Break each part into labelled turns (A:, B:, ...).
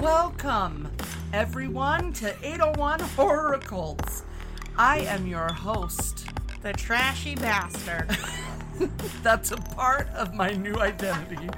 A: Welcome, everyone, to 801 Horror Occults. I am your host.
B: The trashy bastard.
A: That's a part of my new identity.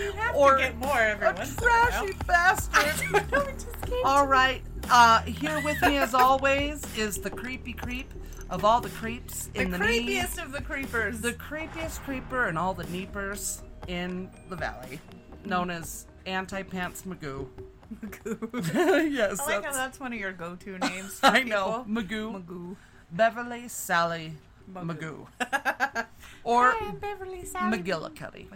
B: You have
A: Or
B: to get more every
A: A
B: once in
A: trashy bastard.
B: a while. it just came
A: all right, uh, here with me, as always, is the creepy creep of all the creeps
B: the
A: in the knee.
B: creepiest of the creepers.
A: the creepiest creeper and all the neepers in the valley, known as Anti Pants Magoo. yes,
B: I like how
A: that's-
B: that's one of your go-to names. For
A: I know
B: people.
A: Magoo.
B: Magoo.
A: Beverly Sally Magoo, or
B: Hi, I'm Beverly Sally.
A: McGillicuddy.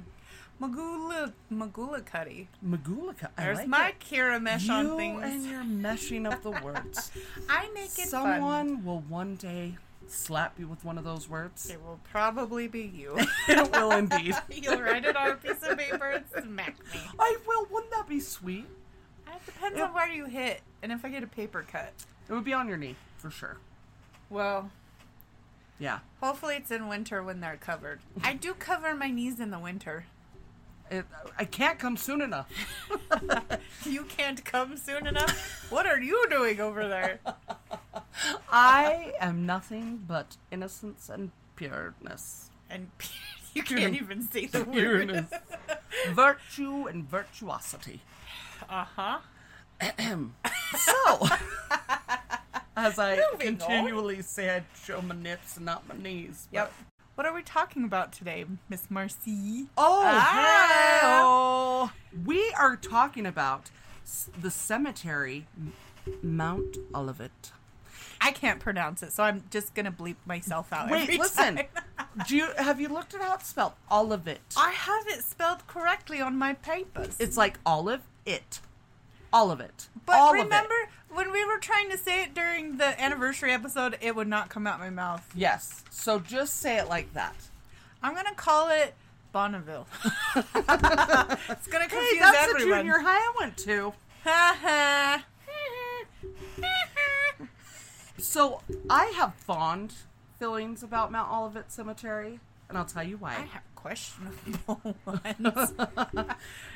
B: Magoola Magoolicuddy.
A: McGillicuddy. I
B: There's
A: like
B: my
A: it.
B: Kira mesh
A: you
B: on things.
A: and your meshing of the words.
B: I make it fun.
A: Someone will one day slap you with one of those words.
B: It will probably be you.
A: it will indeed.
B: You'll write it on a piece of paper and smack me.
A: I will. Wouldn't that be sweet?
B: It depends on where you hit and if I get a paper cut.
A: It would be on your knee for sure.
B: Well,
A: Yeah.
B: Hopefully, it's in winter when they're covered. I do cover my knees in the winter.
A: It, I can't come soon enough.
B: You can't come soon enough. What are you doing over there?
A: I am nothing but innocence and pureness.
B: And you can't even say the word.
A: Pureness. Virtue and virtuosity.
B: Uh huh.
A: So, as I
B: Moving on.
A: continually say, I show my nips and not my knees. but-
B: Yep. What are we talking about today, Miss Marcy?
A: Oh, hello.
B: Ah.
A: We are talking about s- the cemetery, M- Mount Olivet.
B: I can't pronounce it, so I'm just gonna bleep myself out.
A: Wait,
B: every
A: listen.
B: time.
A: Do you have you looked at how it's spelled? Olivet.
B: I have it spelled correctly on my papers.
A: It's like olive it, Olivet.
B: but
A: All of it.
B: remember when we were trying to say it during the anniversary episode, it would not come out my mouth.
A: Yes. So just say it like that.
B: I'm gonna call it Bonneville. it's gonna confuse
A: Hey, that's
B: everyone.
A: the junior high I went to.
B: Ha ha.
A: So I have fond feelings about Mount Olivet Cemetery, and I'll tell you
B: I
A: why.
B: have questionable ones.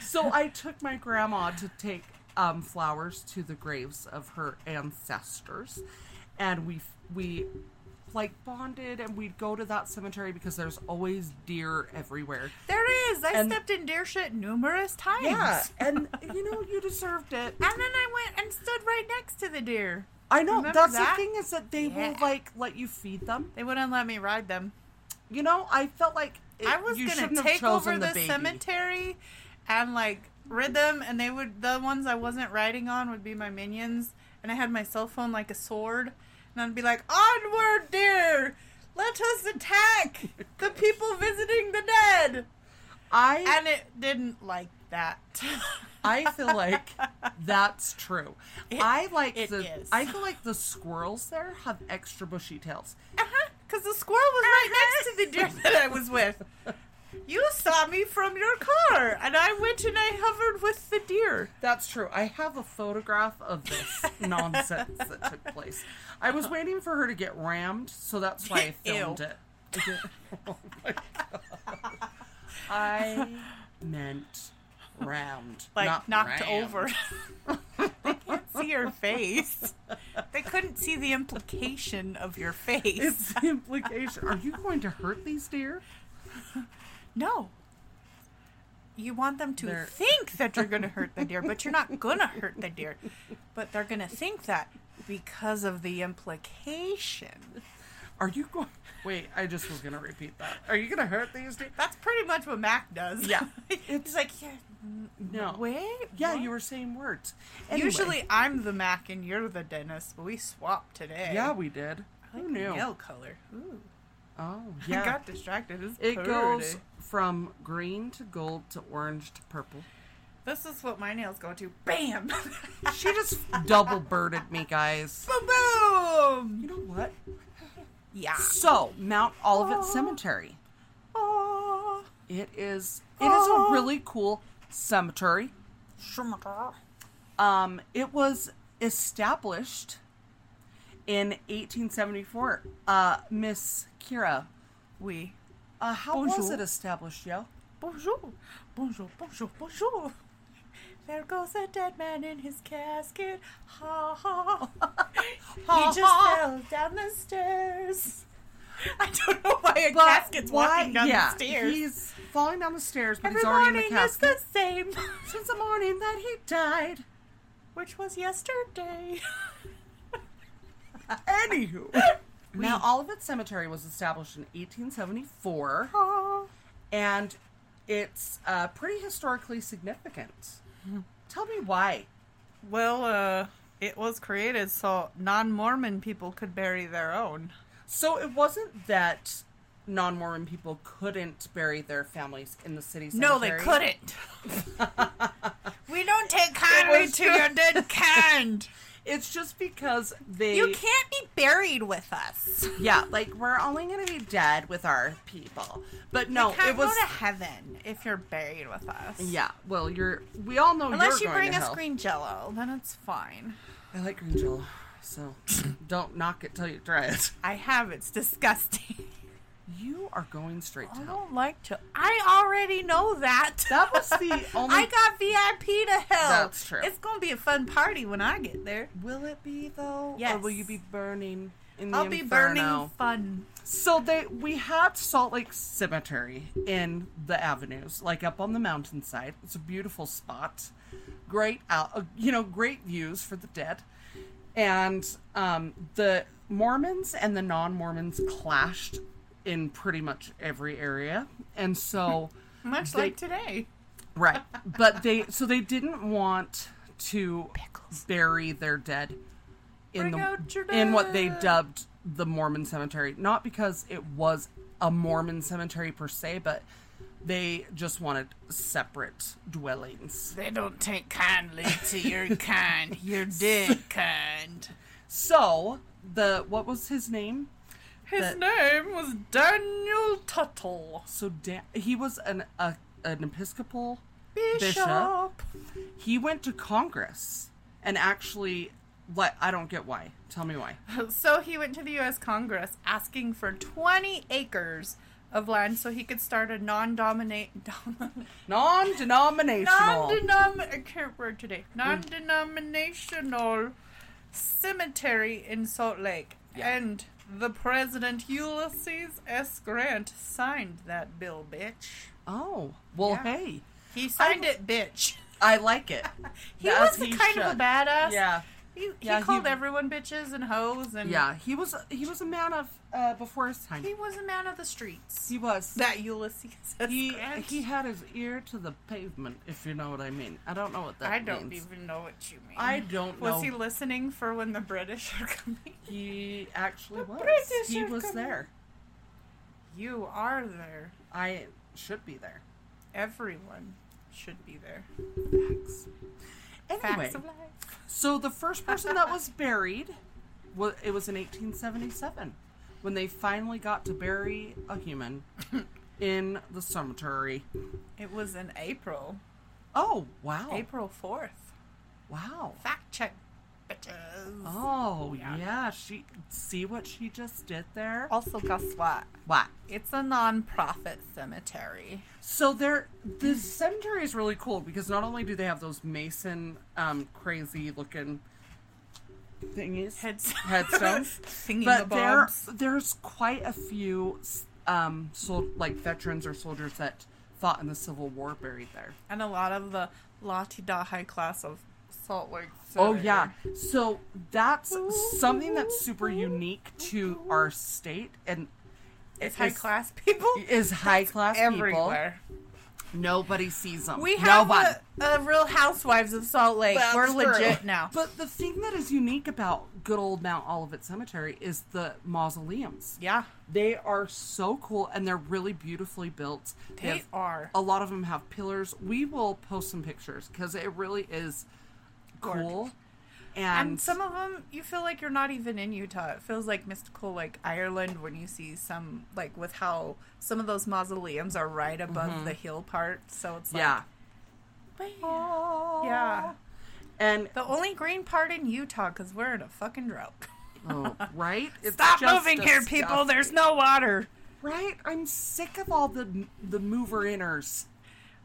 A: So I took my grandma to take um, flowers to the graves of her ancestors, and we we like bonded, and we'd go to that cemetery because there's always deer everywhere.
B: there is. I
A: And-
B: stepped in deer shit numerous times.
A: and you know you deserved it.
B: And then I went and stood right next to the deer.
A: I know
B: Remember
A: that's
B: that?
A: the thing is that they will
B: Yeah.
A: like let you feed them.
B: They wouldn't let me ride them.
A: You know, I felt like it-
B: I was
A: you
B: gonna
A: shouldn't have
B: take
A: chosen
B: over
A: the
B: the,
A: baby.
B: cemetery and like rid them, and they would the ones I wasn't riding on would be my minions, and I had my cell phone like a sword, and I'd be like, "Onward, dear! Let us attack the people visiting the dead!"
A: I
B: And it didn't like that.
A: I feel like that's true. I like
B: it
A: the
B: is.
A: I feel like the squirrels there have extra bushy tails.
B: Because Uh-huh. the squirrel was right next to the deer that I was with. You saw me from your car, and I went and I hovered with the deer.
A: That's true. I have a photograph of this nonsense that took place. I was waiting for her to get rammed, so that's why I
B: Ew.
A: filmed it. I did- Oh my God. I meant round,
B: like
A: not
B: knocked
A: rammed.
B: over. they can't see your face. They couldn't see the implication of your face.
A: It's the implication. Are you going to hurt these deer?
B: no. You want them to
A: They're-
B: think that you're going to hurt the deer, but you're not going to hurt the deer. But they're going to think that because of the implication.
A: Are you going? Wait, I just was gonna repeat that. Are you gonna hurt these deer?
B: That's pretty much what Mac does.
A: Yeah.
B: It's like, yeah,
A: No.
B: wait.
A: Yeah,
B: what?
A: you were saying words.
B: Usually I'm the Mac and you're the dentist, but we swapped today.
A: Yeah, we did. Who knew?
B: Nail color. Ooh.
A: Oh, yeah.
B: I got distracted. It's
A: it
B: Saturday.
A: goes from green to gold to orange to purple.
B: This is what my nails go to. Bam!
A: She just double birded me, guys.
B: boom, boom!
A: You know what?
B: Yeah.
A: So Mount Olivet Cemetery.
B: Oh.
A: It is. It is a really cool cemetery. Um, it was established in 1874. Uh, Miss Kira,
B: We.
A: uh,
B: Oh,
A: how was
B: Bonjour.
A: it established, yo?
B: Bonjour. Bonjour, bonjour, bonjour. There goes a dead man in his casket. Ha ha.
A: Ha,
B: he just
A: ha.
B: fell down the stairs. I don't know why a
A: But
B: casket's
A: why-
B: walking down
A: yeah,
B: the stairs.
A: He's falling down the stairs, but
B: Every
A: he's already
B: morning
A: in the
B: is
A: casket.
B: the same,
A: Since the morning that he died.
B: which was yesterday.
A: Anywho. Now, Olivet Cemetery was established in 1874,
B: Oh.
A: and it's uh, pretty historically significant. Tell me why.
B: Well, uh, it was created so non Mormon people could bury their own.
A: So it wasn't that non-Mormon people couldn't bury their families in the city cemetery.
B: we don't take
A: It was just-
B: dead kind.
A: It's just because they
B: You can't be buried with us.
A: Yeah, like we're only gonna be dead with our people. But no,
B: you can't
A: it was
B: go to heaven if you're buried with us.
A: Yeah, well you're we all know
B: Unless you
A: you're
B: bring
A: going to
B: us
A: hell.
B: green jello, then it's fine.
A: I like green jello, so don't knock it till you try it.
B: I have. It's disgusting.
A: You are going straight to
B: I
A: hell.
B: don't like to. I already know that.
A: That was the only-
B: I got VIP to hell.
A: That's true.
B: It's gonna be a fun party when I get there.
A: Will it be though? Or
B: Yes.
A: will you be burning in the
B: I'll be burning
A: inferno?
B: fun.
A: So they we had Salt Lake Cemetery in the avenues, like up on the mountainside. It's a beautiful spot, great out, uh, you know, great views for the dead, and um, the Mormons and the non-Mormons clashed in pretty much every area, and so
B: Much
A: They-
B: like today.
A: right, but they so they didn't want to bury their dead in
B: Bring out your
A: the in what they
B: dead.
A: dubbed the Mormon cemetery, not because it was a Mormon cemetery per se, but they just wanted separate dwellings.
B: They don't take kindly to your kind. Your dead kind.
A: So the what was his name?
B: His
A: That-
B: name was Daniel Tuttle.
A: So Dan, he was an a, an Episcopal.
B: Bishop.
A: He went to Congress and actually, what I don't get why. Tell me why.
B: So he went to the U.S. Congress asking for 20 acres of land so he could start a non-dominate,
A: Non-denominational.
B: non-denom, I can't word today,
A: Mm.
B: non-denominational cemetery in Salt Lake.
A: Yeah.
B: And the president Ulysses S. Grant signed that bill, bitch.
A: oh well,
B: Yeah.
A: hey,
B: He signed it, bitch.
A: I like it.
B: He
A: As
B: was the
A: he
B: kind of
A: should.
B: a badass.
A: Yeah.
B: He, he
A: Yeah, he-
B: called everyone bitches and hoes, and
A: Yeah, he was he was a man of uh, before his time.
B: he was a man of the streets.
A: He was.
B: That Ulysses S.
A: He
B: Grant.
A: he had his ear to the pavement, if you know what I mean. I don't know what that
B: I don't
A: means.
B: even know what you mean.
A: I don't know.
B: was he listening for when the British are coming?
A: He actually
B: The
A: was.
B: British
A: he
B: are
A: was
B: coming.
A: there.
B: You are there.
A: I should be there.
B: Everyone should be there.
A: Facts. Anyway,
B: Facts of life.
A: so the first person that was buried, was, it was in 1877, when they finally got to bury a human in the cemetery.
B: It was in April.
A: Oh wow!
B: April 4th.
A: Wow.
B: Fact check, bitches.
A: Oh yeah.
B: Yeah.
A: she see what she just did there.
B: Also, guess what?
A: What?
B: It's a non-profit cemetery.
A: So there, the cemetery is really cool because not only do they have those mason, um, crazy looking thingies,
B: Headstones.
A: headstones,
B: Singing
A: but
B: the
A: there,
B: bobs.
A: there's quite a few, um, sol- like veterans or soldiers that fought in the Civil War buried there.
B: And a lot of the La-ti-da high class of Salt Lake City.
A: Oh yeah. So that's something that's super unique to our state and
B: It's
A: it
B: high
A: is-
B: class people.
A: is high class people.
B: Everywhere.
A: Nobody sees them.
B: We
A: no
B: have
A: one.
B: a, a Real Housewives of Salt Lake.
A: That's
B: We're
A: true.
B: legit now.
A: But the thing that is unique about good old Mount Olivet Cemetery is the mausoleums.
B: yeah,
A: They are so cool and they're really beautifully built.
B: they
A: have-
B: are
A: A lot of them have pillars. We will post some pictures because it really is
B: Gorgeous.
A: cool.
B: And,
A: And,
B: some of them, you feel like you're not even in Utah. It feels like mystical, like Ireland, when you see some, like with how some of those mausoleums are right above the hill part. So it's like,
A: Mm-hmm. yeah,
B: "Man." yeah.
A: and
B: The only green part in Utah because we're in a fucking drought.
A: oh, right. It's
B: Stop
A: just
B: moving here, people.
A: disgusting.
B: There's no water.
A: right. I'm sick of all the the mover inners.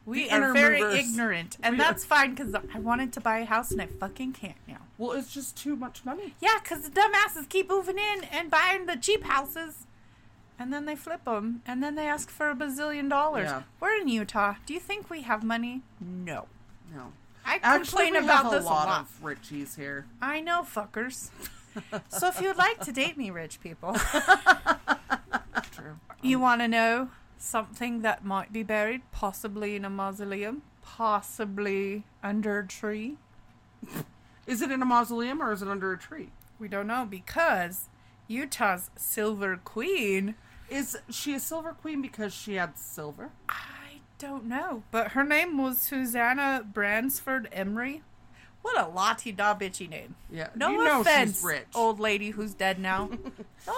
B: We
A: The
B: are very
A: Intermovers.
B: ignorant, and
A: We are-
B: that's fine because I wanted to buy a house and I fucking can't now.
A: Well, it's just too much money.
B: Yeah, because the dumbasses keep moving in and buying the cheap houses, and then they flip them, and then they ask for a bazillion dollars.
A: Yeah.
B: We're in Utah. Do you think we have money? No.
A: No.
B: I
A: Actually,
B: complain
A: we
B: about
A: have
B: this
A: a lot,
B: a lot.
A: of Richies here.
B: I know, fuckers. so if you'd like to date me, rich people,
A: True.
B: you want to know something that might be buried, possibly in a mausoleum, possibly under a tree.
A: Is it in a mausoleum or is it under a tree?
B: We don't know because Utah's silver queen.
A: Is she a silver queen because she had silver?
B: I don't know, but her name was Susanna Bransford Emery. What a lottie da bitchy name.
A: Yeah.
B: No
A: you know
B: offense,
A: she's rich.
B: old lady who's dead now. No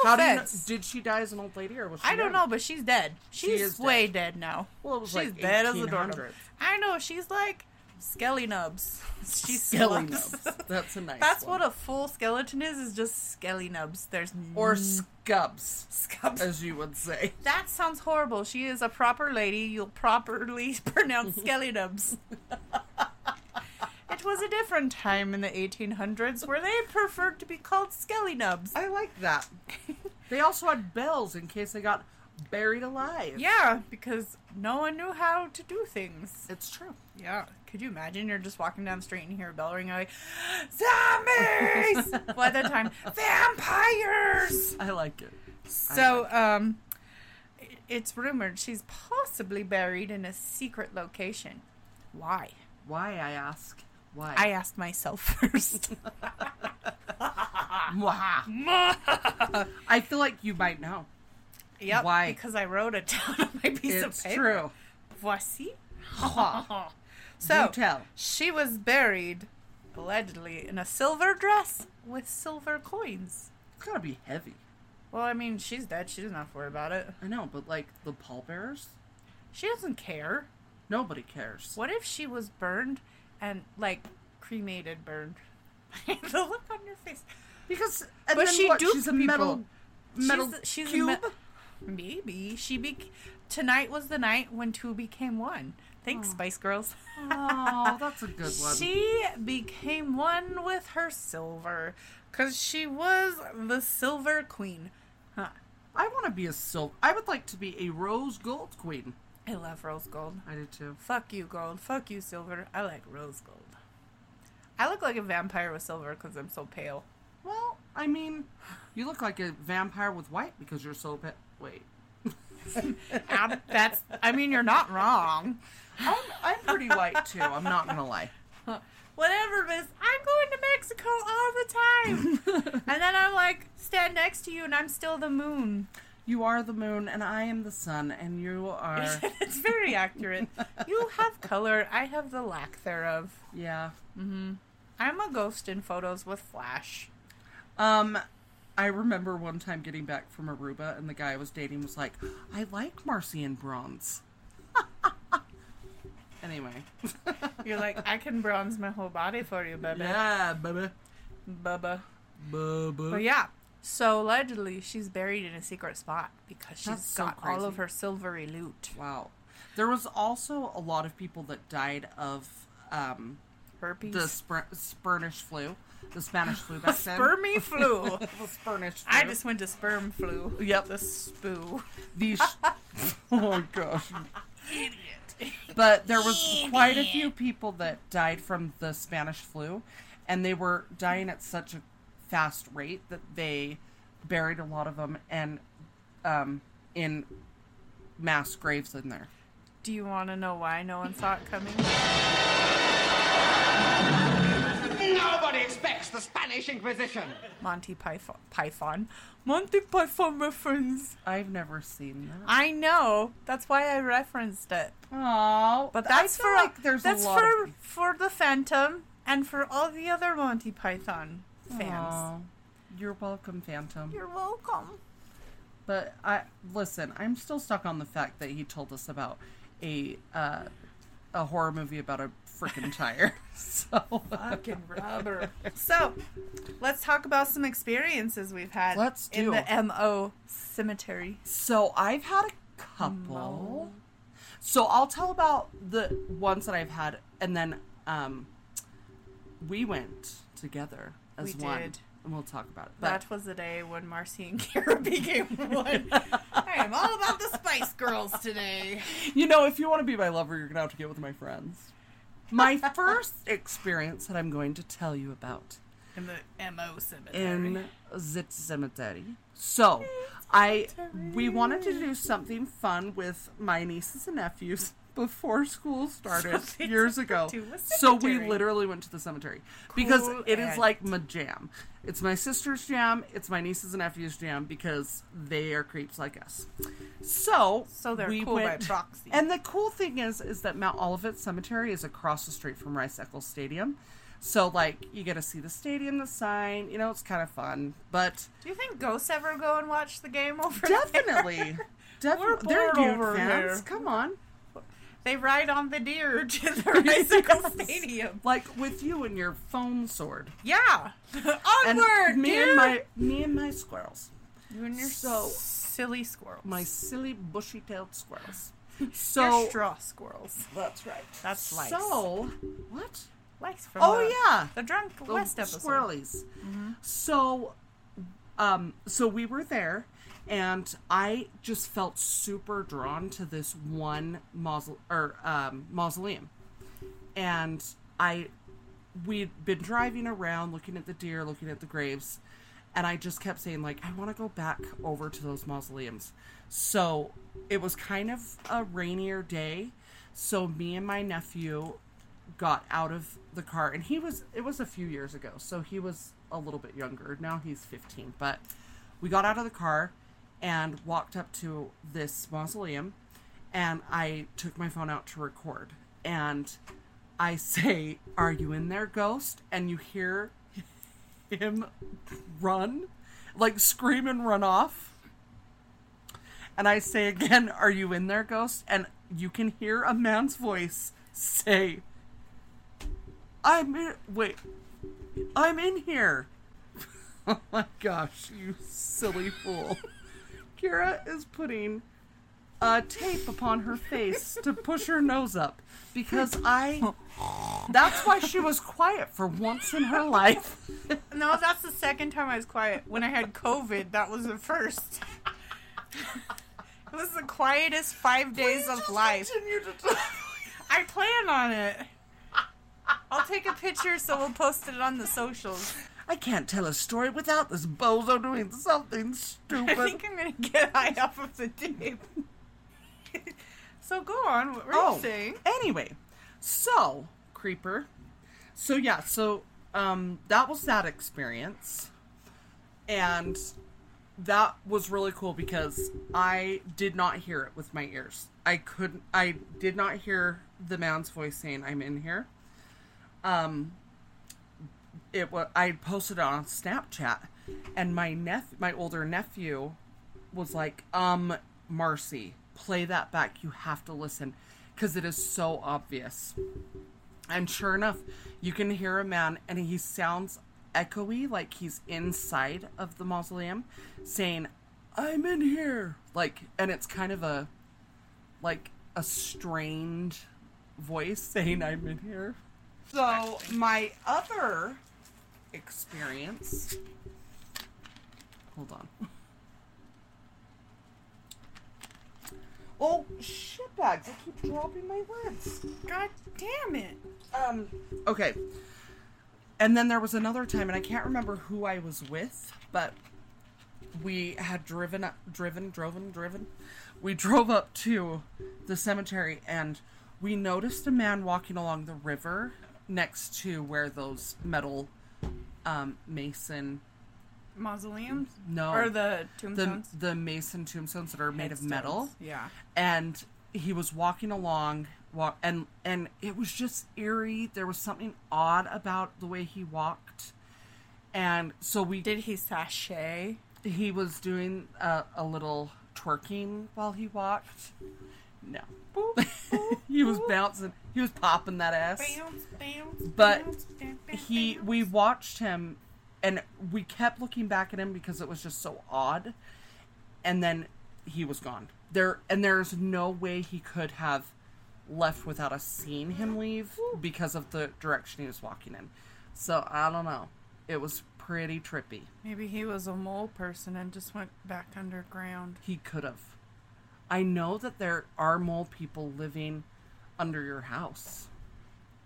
A: How do you know,
B: offense.
A: did she die as an old lady or was she
B: I don't
A: young?
B: know, but she's dead. She's
A: is dead.
B: way dead, now.
A: Well, it was
B: she's
A: like
B: dead as a doornail.
A: 1800s.
B: I know. She's like skelly nubs. She's
A: Skelly
B: sluts.
A: nubs. That's a nice
B: That's
A: one.
B: what a full skeleton is. Is just skelly nubs. There's
A: or
B: n-
A: scubs,
B: scabs.
A: as you would say.
B: That sounds horrible. She is a proper lady. You'll properly pronounce skeletums. it was a different time in the 1800s where they preferred to be called skeletums.
A: I like that. they also had bells in case they got buried alive.
B: Yeah, because no one knew how to do things.
A: It's true.
B: Yeah. Could you imagine you're just walking down the street and you hear a bell ring and you're like, zombies! By the time, vampires!
A: I like it.
B: So, um, it- it's rumored she's possibly buried in a secret location. Why?
A: Why I ask? Why?
B: I asked myself first.
A: Mwah. I feel like you might know.
B: yep.
A: Why?
B: Because I wrote it down on my piece
A: It's,
B: of paper.
A: true.
B: Voici.
A: Ha.
B: So
A: Do tell.
B: she was buried, allegedly, in a silver dress with silver coins.
A: It's gotta be heavy.
B: Well, I mean, she's dead. She doesn't have to worry about it.
A: I know, but like the pallbearers,
B: She doesn't care.
A: nobody cares.
B: What if she was burned and like cremated, burned? the look on your face.
A: Because and
B: But
A: then
B: she
A: what?
B: duped
A: She's a metal,
B: people.
A: metal
B: she's, she's
A: cube.
B: A me- maybe she be. Tonight was the night when two became one. Thanks, Spice Girls.
A: oh, that's a good one.
B: She became one with her silver, cause she was the Silver Queen. Huh.
A: I want to be a silver. I would like to be a rose gold queen.
B: I love rose gold.
A: I do too.
B: Fuck you, gold. Fuck you, silver. I like rose gold. I look like a vampire with silver because I'm so pale.
A: Well, I mean, you look like a vampire with white because you're so pet. Wait,
B: Um, That's. I mean, you're not wrong.
A: I'm, I'm pretty white too. I'm not gonna lie.
B: Whatever, miss. I'm going to Mexico all the time. and then I'm like, stand next to you, and I'm still the moon.
A: You are the moon, and I am the sun, and you are.
B: it's very accurate. You have color. I have the lack thereof.
A: Yeah.
B: I'm a ghost in photos with flash.
A: Um, I remember one time getting back from Aruba, and the guy I was dating was like, "I like Marcian bronze." anyway.
B: You're like, I can bronze my whole body for you, baby.
A: yeah, baby.
B: Bubba.
A: Bubba.
B: But Oh, yeah. So allegedly, she's buried in a secret spot because she's
A: That's so
B: got all of
A: crazy.
B: her silvery loot.
A: Wow. There was also a lot of people that died of um,
B: Herpes.
A: the Spr- Spurnish flu, the Spanish flu back then.
B: spermy flu.
A: the Spurnish flu.
B: I just went to sperm flu.
A: Yep.
B: The spoo.
A: These. oh gosh. But there was quite a few people that died from the Spanish flu, and they were dying at such a fast rate that they buried a lot of them and um, in mass graves in there.
B: Do you want to know why no one saw it coming?
C: Nobody expects the Spanish Inquisition.
B: Monty Python. Python. Monty Python reference.
A: I've never seen that.
B: I know. That's why I referenced it.
A: Oh,
B: But that's
A: I feel
B: for
A: like there's
B: that's
A: a lot
B: for
A: of
B: for the Phantom and for all the other Monty Python fans.
A: Aw, You're welcome, Phantom.
B: You're welcome.
A: But I listen. I'm still stuck on the fact that he told us about a uh, a horror movie about a freaking tire. so
B: Fucking rubber. so, let's talk about some experiences we've had
A: Let's
B: in
A: do.
B: the MO cemetery.
A: so I've had a couple. So I'll tell about the ones that I've had, and then um, we went together as
B: We
A: one,
B: did.
A: and we'll talk about it. But
B: That was the day when Marcy and Kara became one. I am all about the Spice Girls today.
A: you know, if you want to be my lover, you're gonna have to get with my friends. My first experience that I'm going to tell you about
B: In the MO cemetery.
A: in Zit Cemetery. So, I we wanted to do something fun with my nieces and nephews before school started
B: So they
A: years
B: took
A: ago.
B: them to a
A: So we
B: cemetery.
A: literally went to the cemetery because
B: Cool
A: it is
B: aunt.
A: like my jam. It's my sister's jam. It's my nieces and nephews' jam because they are creeps like us. So,
B: So they're
A: we
B: cool by
A: went,
B: proxy.
A: And the cool thing is, is that Mount Olivet Cemetery is across the street from Rice Eccles Stadium. So like you get to see the stadium, the sign. You know, it's kind of fun, but
B: Do you think ghosts ever go and watch the game over there?
A: definitely, definitely, they're
B: bored
A: Ute
B: over
A: fans.
B: here.
A: Come on,
B: They ride on the deer to the bicycle stadium.
A: like with you and your phone sword,
B: Yeah.
A: and
B: Onward,
A: me
B: deer.
A: and my me and my squirrels,
B: You and your
A: So-
B: silly squirrels.
A: my silly bushy-tailed squirrels.
B: Your
A: So
B: straw squirrels.
A: that's right.
B: That's lice.
A: So what?
B: Lice from
A: Oh
B: the,
A: yeah,
B: the drunk
A: the
B: west episode.
A: Oh,
B: Mm-hmm.
A: Squirrelies. So, um, so we were there, and I just felt super drawn to this one mausole or um, mausoleum, and I we'd been driving around looking at the deer, looking at the graves, and I just kept saying like I want to go back over to those mausoleums. So it was kind of a rainier day, so me and my nephew got out of the car and he was it was a few years ago, so he was a little bit younger. Now he's 15, but we got out of the car and walked up to this mausoleum and I took my phone out to record and I say, "Are you in there, ghost?" and you hear him run, like scream and run off. And I say again, Are you in there, ghost? And you can hear a man's voice say, I'm in, wait, I'm in here. oh my gosh, you silly fool. Kira is putting a tape upon her face to push her nose up because I. That's why she was quiet for once in her life.
B: No, that's the second time I was quiet. When I had COVID, that was the first. it was the quietest five days of life. I plan on it. I'll take a picture so we'll post it on the socials.
A: I can't tell a story without this bozo doing something
B: I
A: stupid.
B: think I'm gonna get high off of the tape. Oh. so go on. What were you saying?
A: Oh, Anyway, so creeper. So yeah, so um, that was that experience, and that was really cool because I did not hear it with my ears. I couldn't. I did not hear the man's voice saying, "I'm in here." Um, it was. I posted it on Snapchat, and my nephew, my older nephew, was like, um, Marcy, play that back. You have to listen because it is so obvious. And sure enough, you can hear a man, and he sounds echoey, like he's inside of the mausoleum, saying, I'm in here. Like, and it's kind of a, like, a strange voice saying, I'm in here. So, my other experience. Hold on. Oh, shit bags. I keep dropping my lids.
B: God damn it!
A: Um, okay. And then there was another time, and I can't remember who I was with, but we had driven up, driven, driven, driven. We drove up to the cemetery, and we noticed a man walking along the river next to where those metal um, mason
B: Mausoleums?
A: No.
B: Or the
A: the
B: tombstones?
A: the mason tombstones that are made of metal.
B: Headstones. Yeah.
A: and he was walking along walk, and and it was just eerie there was something odd about the way he walked and so we
B: Did he sashay?
A: he was doing a, a little twerking while he walked no he was bouncing he was popping that ass But he we watched him and we kept looking back at him because it was just so odd and then he was gone. There and there's no way he could have left without us seeing him leave because of the direction he was walking in. So I don't know. It was pretty trippy.
B: Maybe he was a mole person and just went back underground.
A: He could have. I know that there are mole people living under your house.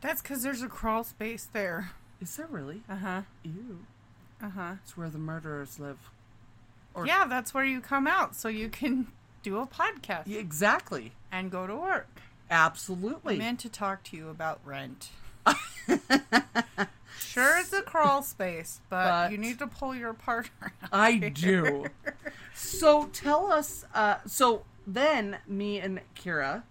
B: That's because there's a crawl space there.
A: Is there really?
B: Uh huh.
A: Ew.
B: Uh huh.
A: It's where the murderers live. Or-
B: Yeah, that's where you come out so you can do a podcast
A: Yeah, Exactly.
B: and go to work. I
A: Absolutely.
B: meant to talk to you about rent. sure, it's a crawl space, but,
A: But-
B: you need to pull your partner out.
A: I do. So tell us. Uh, so then, me and Kira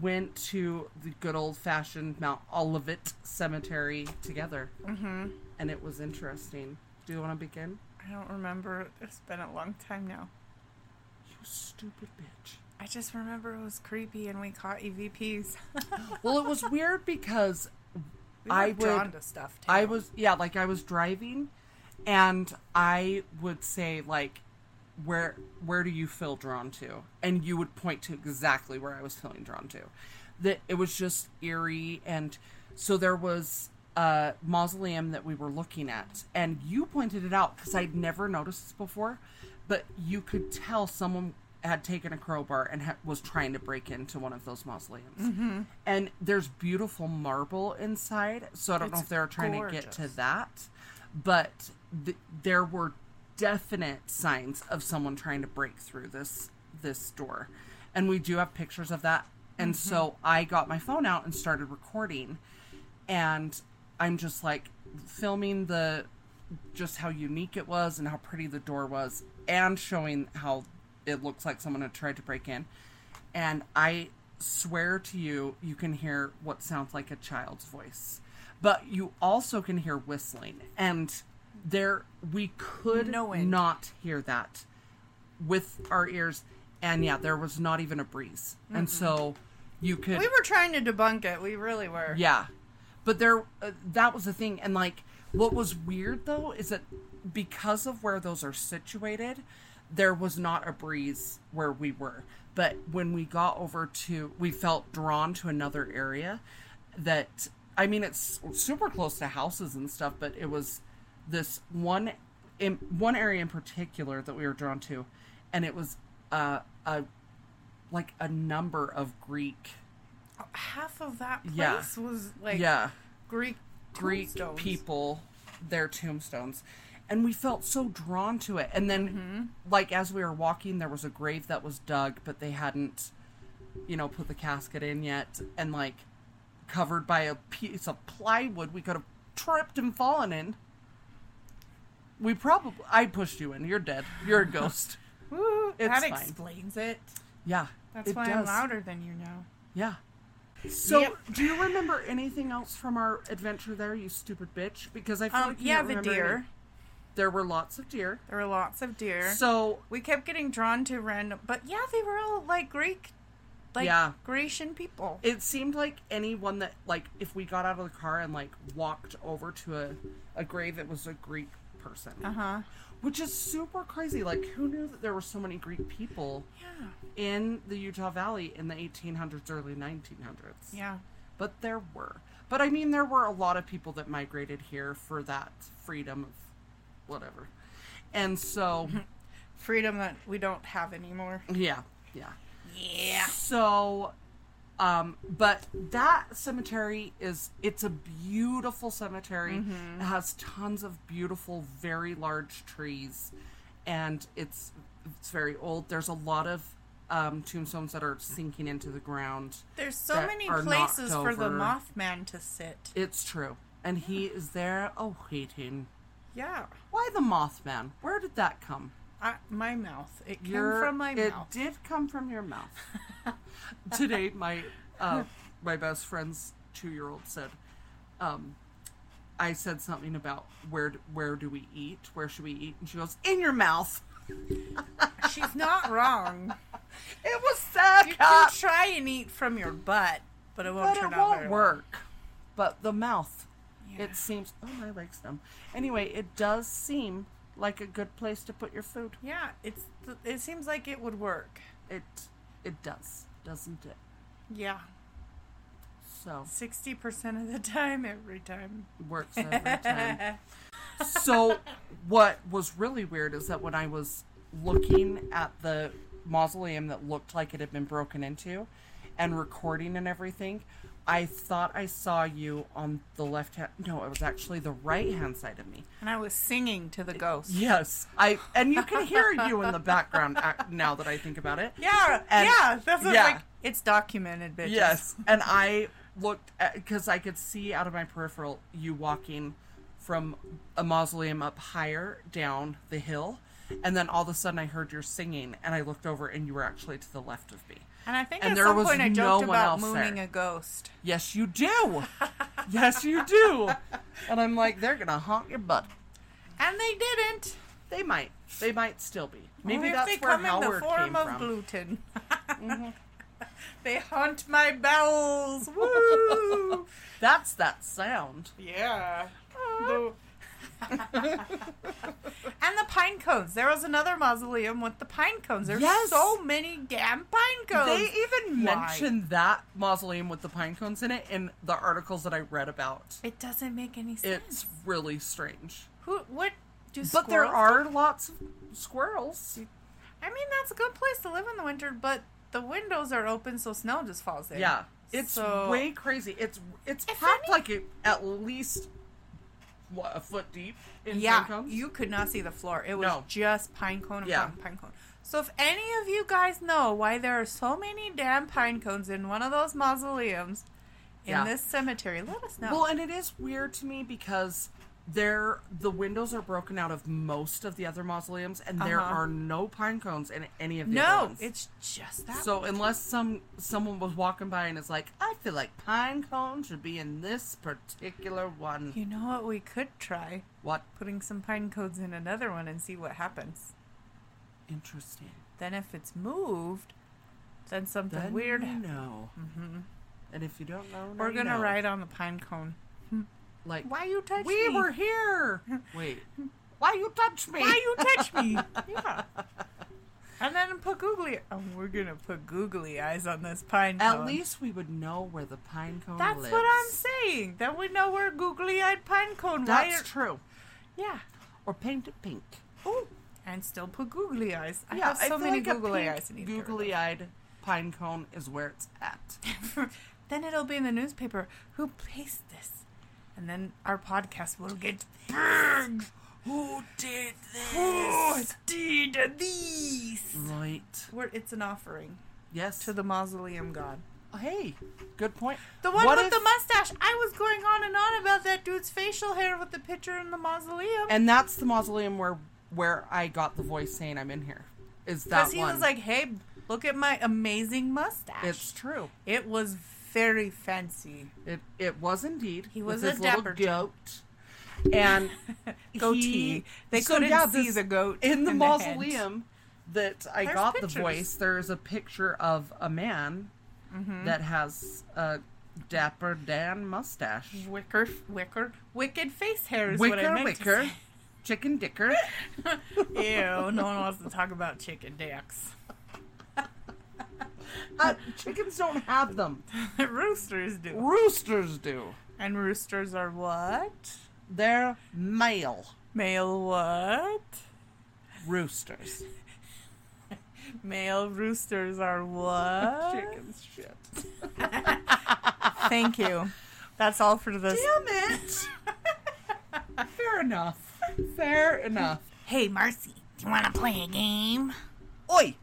A: went to the good old fashioned Mount Olivet Cemetery together, mm-hmm. and it was interesting. Do you want to begin?
B: I don't remember. It's been a long time now.
A: You stupid bitch.
B: I just remember it was creepy and we caught E EVPs.
A: Well, it was weird because
B: we
A: I
B: were
A: would-
B: drawn to stuff too.
A: I was yeah, like I was driving and I would say like where where do you feel drawn to? And you would point to exactly where I was feeling drawn to. That it was just eerie and so there was a mausoleum that we were looking at and you pointed it out cuz I'd never noticed this before, but you could tell someone had taken a crowbar and ha- was trying to break into one of those mausoleums.
B: Mm-hmm.
A: And there's beautiful marble inside, so I don't know
B: It's
A: if they were trying to get to
B: gorgeous.
A: that, but th- there were definite signs of someone trying to break through this this door, and we do have pictures of that. And so I got my phone out and started recording, and I'm just like filming the just how unique it was and how pretty the door was, and showing how it looks like someone had tried to break in. And I swear to you, you can hear what sounds like a child's voice, but you also can hear whistling. And there, we could
B: No end.
A: not hear that with our ears. And yeah, there was not even a breeze. And so you could.
B: we were trying to debunk it. We really were.
A: Yeah. But there, uh, that was the thing. And like, what was weird though is that because of where those are situated, there was not a breeze where we were. But when we got over to, we felt drawn to another area that, I mean, it's super close to houses and stuff, but it was this one, in one area in particular that we were drawn to. And it was uh, a, like a number of Greek
B: Oh, Half of that place
A: Yeah.
B: was like
A: Yeah.
B: Greek
A: Greek
B: tombstones.
A: people their tombstones. And we felt so drawn to it. And then,
B: Mm-hmm.
A: like, as we were walking, there was a grave that was dug, but they hadn't, you know, put the casket in yet. And, like, covered by a piece of plywood we could have tripped and fallen in. We probably, I pushed you in. You're dead. You're a ghost.
B: Woo,
A: It's
B: that
A: fine.
B: explains it.
A: Yeah.
B: That's
A: it
B: why I'm
A: does.
B: louder than you now.
A: Yeah. So,
B: Yep.
A: do you remember anything else from our adventure there, you stupid bitch? Because I feel
B: Um,
A: like you
B: yeah,
A: don't
B: the
A: remember any-
B: deer.
A: There were lots of deer.
B: There were lots of deer.
A: So
B: we kept getting drawn to random, but yeah, they were all like Greek, like
A: Yeah.
B: Grecian people.
A: it seemed like anyone that like if we got out of the car and like walked over to a, a grave, it was a Greek person,
B: Uh huh.
A: which is super crazy. Like who knew that there were so many Greek people
B: Yeah.
A: in the Utah Valley in the 1800s, early 1900s?
B: Yeah.
A: but there were. But I mean, there were a lot of people that migrated here for that freedom of whatever, and so
B: Mm-hmm. Freedom that we don't have anymore.
A: yeah, yeah.
B: Yeah.
A: So, um, but that cemetery is, it's a beautiful cemetery. It has tons of beautiful, very large trees and it's, it's very old. There's a lot of, um, tombstones that are sinking into the ground.
B: There's so
A: That
B: many
A: are knocked
B: places for the
A: over.
B: Mothman to sit.
A: It's true. And he is there awaiting.
B: Yeah.
A: Why the Mothman? Where did that come?
B: I, my mouth. It came
A: Your-
B: from my
A: it
B: mouth.
A: did come from your mouth. Today, my uh, my best friend's two year old said, um, "I said something about where d- where do we eat? Where should we eat?" And she goes, "In your mouth."
B: She's not wrong.
A: It was
B: You
A: sad
B: can
A: cop,
B: try and eat from your butt, but it won't
A: but
B: turn
A: it
B: out
A: won't
B: very
A: work. But the mouth,
B: Yeah.
A: it seems. Oh, my legs numb. Anyway, it does seem like a good place to put your food.
B: Yeah, it's it seems like it would work.
A: It it does, doesn't it?
B: Yeah,
A: So
B: sixty percent of the time, every time.
A: works every time. so what was really weird is that when I was looking at the mausoleum that looked like it had been broken into and recording and everything, I thought I saw you on the left hand no, it was actually the right hand side of me.
B: And I was singing to the ghost.
A: Yes. I and you can hear you in the background ac- now that I think about it.
B: Yeah,
A: And-
B: yeah, that's what
A: yeah.
B: like it's documented, bitches.
A: Yes, and I looked because I could see out of my peripheral you walking from a mausoleum up higher down the hill, and then all of a sudden I heard your singing, and I looked over and you were actually to the left of me.
B: and I think
A: And
B: at
A: there
B: some
A: was
B: point I
A: no
B: joked
A: one
B: about
A: else
B: mooning
A: there.
B: a ghost.
A: Yes, you do. yes, you do. And I'm like, they're gonna haunt your butt.
B: And they didn't.
A: They might. They might still be. Maybe
B: Only if
A: that's
B: they
A: where
B: come in the
A: Howard
B: form
A: came
B: of
A: from. Mm-hmm.
B: gluten. they haunt my bowels. Woo!
A: That's that sound.
B: yeah. and the pine cones. There was another mausoleum with the pine cones. There's
A: Yes.
B: so many damn pine cones.
A: They even
B: Why?
A: mentioned that mausoleum with the pine cones in it in the articles that I read about.
B: It doesn't make any sense.
A: It's really strange.
B: Who? What? Do
A: But there
B: squirrels-
A: are lots of squirrels.
B: I mean, that's a good place to live in the winter, but the windows are open, so snow just falls in.
A: Yeah. It's
B: So-
A: way crazy. It's it's
B: If
A: packed
B: any-
A: like it, at least what, a foot deep in
B: Yeah,
A: pine cones.
B: you could not see the floor. It was
A: No.
B: just pine cone
A: Yeah.
B: upon pine cone. So if any of you guys know why there are so many damn pine cones in one of those mausoleums in
A: Yeah.
B: this cemetery, let us know.
A: Well, and it is weird to me because there the windows are broken out of most of the other mausoleums, and there
B: Uh-huh.
A: are no pine cones in any of the other
B: no,
A: ones.
B: it's just that.
A: So unless some someone was walking by and is like, I feel like pine cone should be in this particular one.
B: you know what we could try?
A: What
B: Putting some pine cones in another one and see what happens.
A: interesting.
B: Then if it's moved, then something
A: Then
B: weird.
A: You
B: happens.
A: know. And if you don't know, now
B: We're
A: you
B: gonna
A: know.
B: ride on the pine cone.
A: like
B: Why you touch
A: we
B: me?
A: were here. Wait, why you touch me?
B: Why you touch me? yeah. And then put googly. Oh, we're gonna put googly eyes on this pine cone.
A: At least we would know where the pine cone
B: that's
A: lives.
B: what I'm saying. Then we know where googly-eyed pine cone.
A: That's
B: wire-
A: true.
B: yeah.
A: Or paint it pink.
B: Ooh. And still put googly eyes. I
A: yeah,
B: have
A: I
B: so
A: feel
B: many
A: like a
B: googly
A: pink
B: eyes. I need to get rid of.
A: Googly-eyed pine cone is where it's at.
B: then it'll be in the newspaper. Who placed this? And then our podcast will get big.
A: Who did this?
B: Who did these?
A: Right.
B: We're, it's an offering
A: Yes.
B: to the mausoleum god.
A: Oh, Hey, good point.
B: The one
A: What
B: with
A: if-
B: the mustache. I was going on and on about that dude's facial hair with the picture in the mausoleum.
A: And that's the mausoleum where where I got the voice saying I'm in here. Is that
B: Because he
A: one?
B: was like, hey, look at my amazing mustache.
A: it's true.
B: it was very fancy.
A: It it was indeed.
B: He
A: with
B: was a
A: his little
B: dapper
A: goat. And
B: Goatee.
A: he-
B: They
A: so,
B: couldn't
A: yeah,
B: see
A: this-
B: the goat
A: in the
B: and the head.
A: mausoleum that I
B: There's
A: got the
B: pictures.
A: voice. There is a picture of a man
B: Mm-hmm.
A: that has a dapper Dan mustache.
B: Wicker, wicker, wicked face hair is what I
A: Wicker,
B: meant
A: wicker, chicken dicker.
B: to say. Ew, no one wants to talk about chicken dicks.
A: Uh, chickens don't have them.
B: Roosters do.
A: Roosters do.
B: And roosters are what?
A: They're male
B: Male what?
A: roosters.
B: Male roosters are what?
A: Chicken's shit.
B: Thank you. That's all for this.
A: Damn it! Fair enough. Fair enough.
B: Hey, Marcy, do you want to play a game?
A: Oi!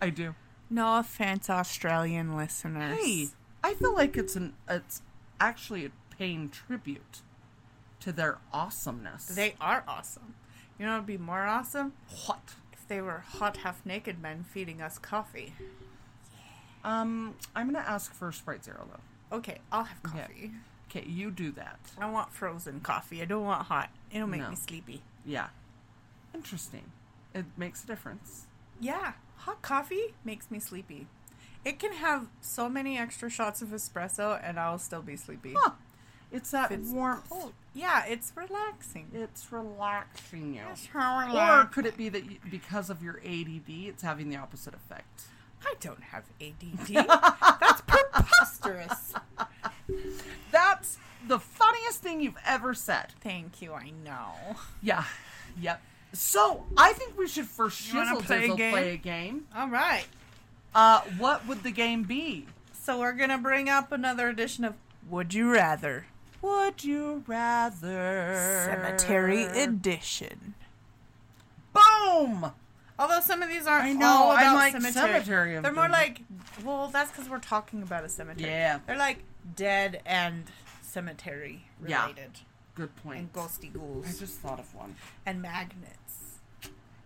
A: I do.
B: No offense, Australian listeners.
A: Hey, I feel like it's an it's actually a paying tribute to their awesomeness.
B: They are awesome. You know what would be more awesome?
A: what?
B: If they were hot, half naked men feeding us coffee.
A: Um, I'm gonna ask for Sprite Zero though.
B: Okay, I'll have
A: Okay.
B: coffee.
A: Okay, you do that.
B: I want frozen coffee. I don't want hot. It'll make
A: No.
B: me sleepy.
A: Yeah. Interesting. It makes a difference.
B: Yeah, hot coffee makes me sleepy. It can have so many extra shots of espresso and I'll still be sleepy.
A: Huh. It's that
B: It's
A: warmth.
B: cold. Yeah, it's relaxing.
A: It's relaxing you. Or
B: Or
A: could it be that you, because of your ADD, it's having the opposite effect?
B: I don't have ADD. That's preposterous.
A: That's the funniest thing you've ever said.
B: Thank you. I know.
A: Yeah. Yep. So I think we should for
B: wanna
A: shizzle
B: play a
A: dizzle
B: game?
A: play a game.
B: All right.
A: Uh, what would the game be?
B: So we're gonna bring up another edition of Would You Rather
A: Would you rather
B: Cemetery Edition.
A: Boom!
B: Although some of these aren't
A: I know,
B: all
A: I'm
B: about
A: like,
B: cemetery.
A: cemetery of
B: They're more
A: them.
B: like, well, that's because we're talking about a cemetery.
A: Yeah.
B: They're like dead and cemetery
A: Yeah.
B: related,
A: Good point.
B: and ghosty ghouls,
A: I just thought of one.
B: and magnets,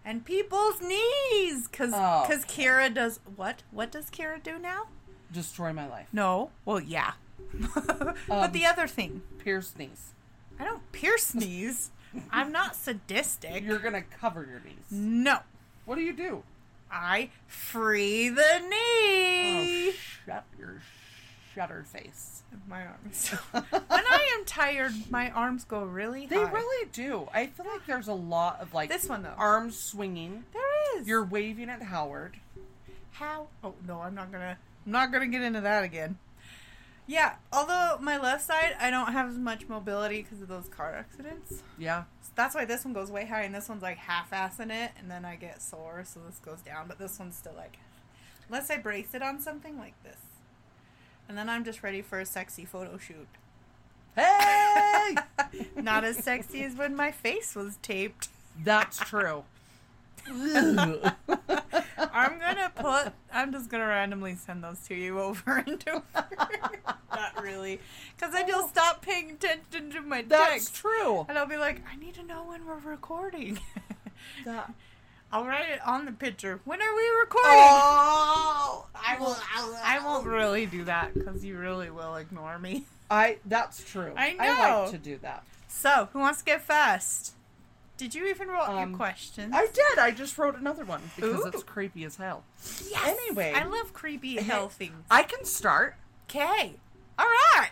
B: and people's knees. Because
A: Oh.
B: because Kira does what? What does Kira do now?
A: Destroy my life.
B: No. Well, yeah. but
A: Um.
B: the other thing,
A: Pierce knees.
B: I don't pierce knees. I'm not sadistic.
A: You're gonna cover your knees.
B: no.
A: What do you do?
B: I free the knee.
A: Oh, shut your shutter face.
B: My arms. when I am tired, my arms go really
A: They
B: high.
A: really do. I feel like there's a lot of like
B: This one, though.
A: arms swinging.
B: There is.
A: You're waving at Howard.
B: how? Oh no, I'm not gonna. I'm not gonna get into that again. Yeah. Although my left side, I don't have as much mobility because of those car accidents.
A: Yeah.
B: So that's why this one goes way high, and this one's like half-assing it, and then I get sore, so this goes down. But this one's still like, unless I brace it on something like this, and then I'm just ready for a sexy photo shoot.
A: Hey!
B: Not as sexy as when my face was taped.
A: That's true.
B: I'm gonna put. I'm just gonna randomly send those to you over and over. Not really, because then you'll stop paying attention to my
A: That's
B: text,
A: true.
B: and I'll be like, I need to know when we're recording.
A: That-
B: I'll write it on the picture. When are we recording?
A: oh,
B: I will. I won't really do that because you really will ignore me.
A: I. That's true.
B: I know.
A: like to do that.
B: So, who wants to get fast? Did you even roll up
A: Um,
B: your questions?
A: I did. I just wrote another one because
B: Ooh.
A: it's creepy as hell.
B: yes.
A: anyway.
B: I love creepy hell things.
A: I can start.
B: Okay. All right.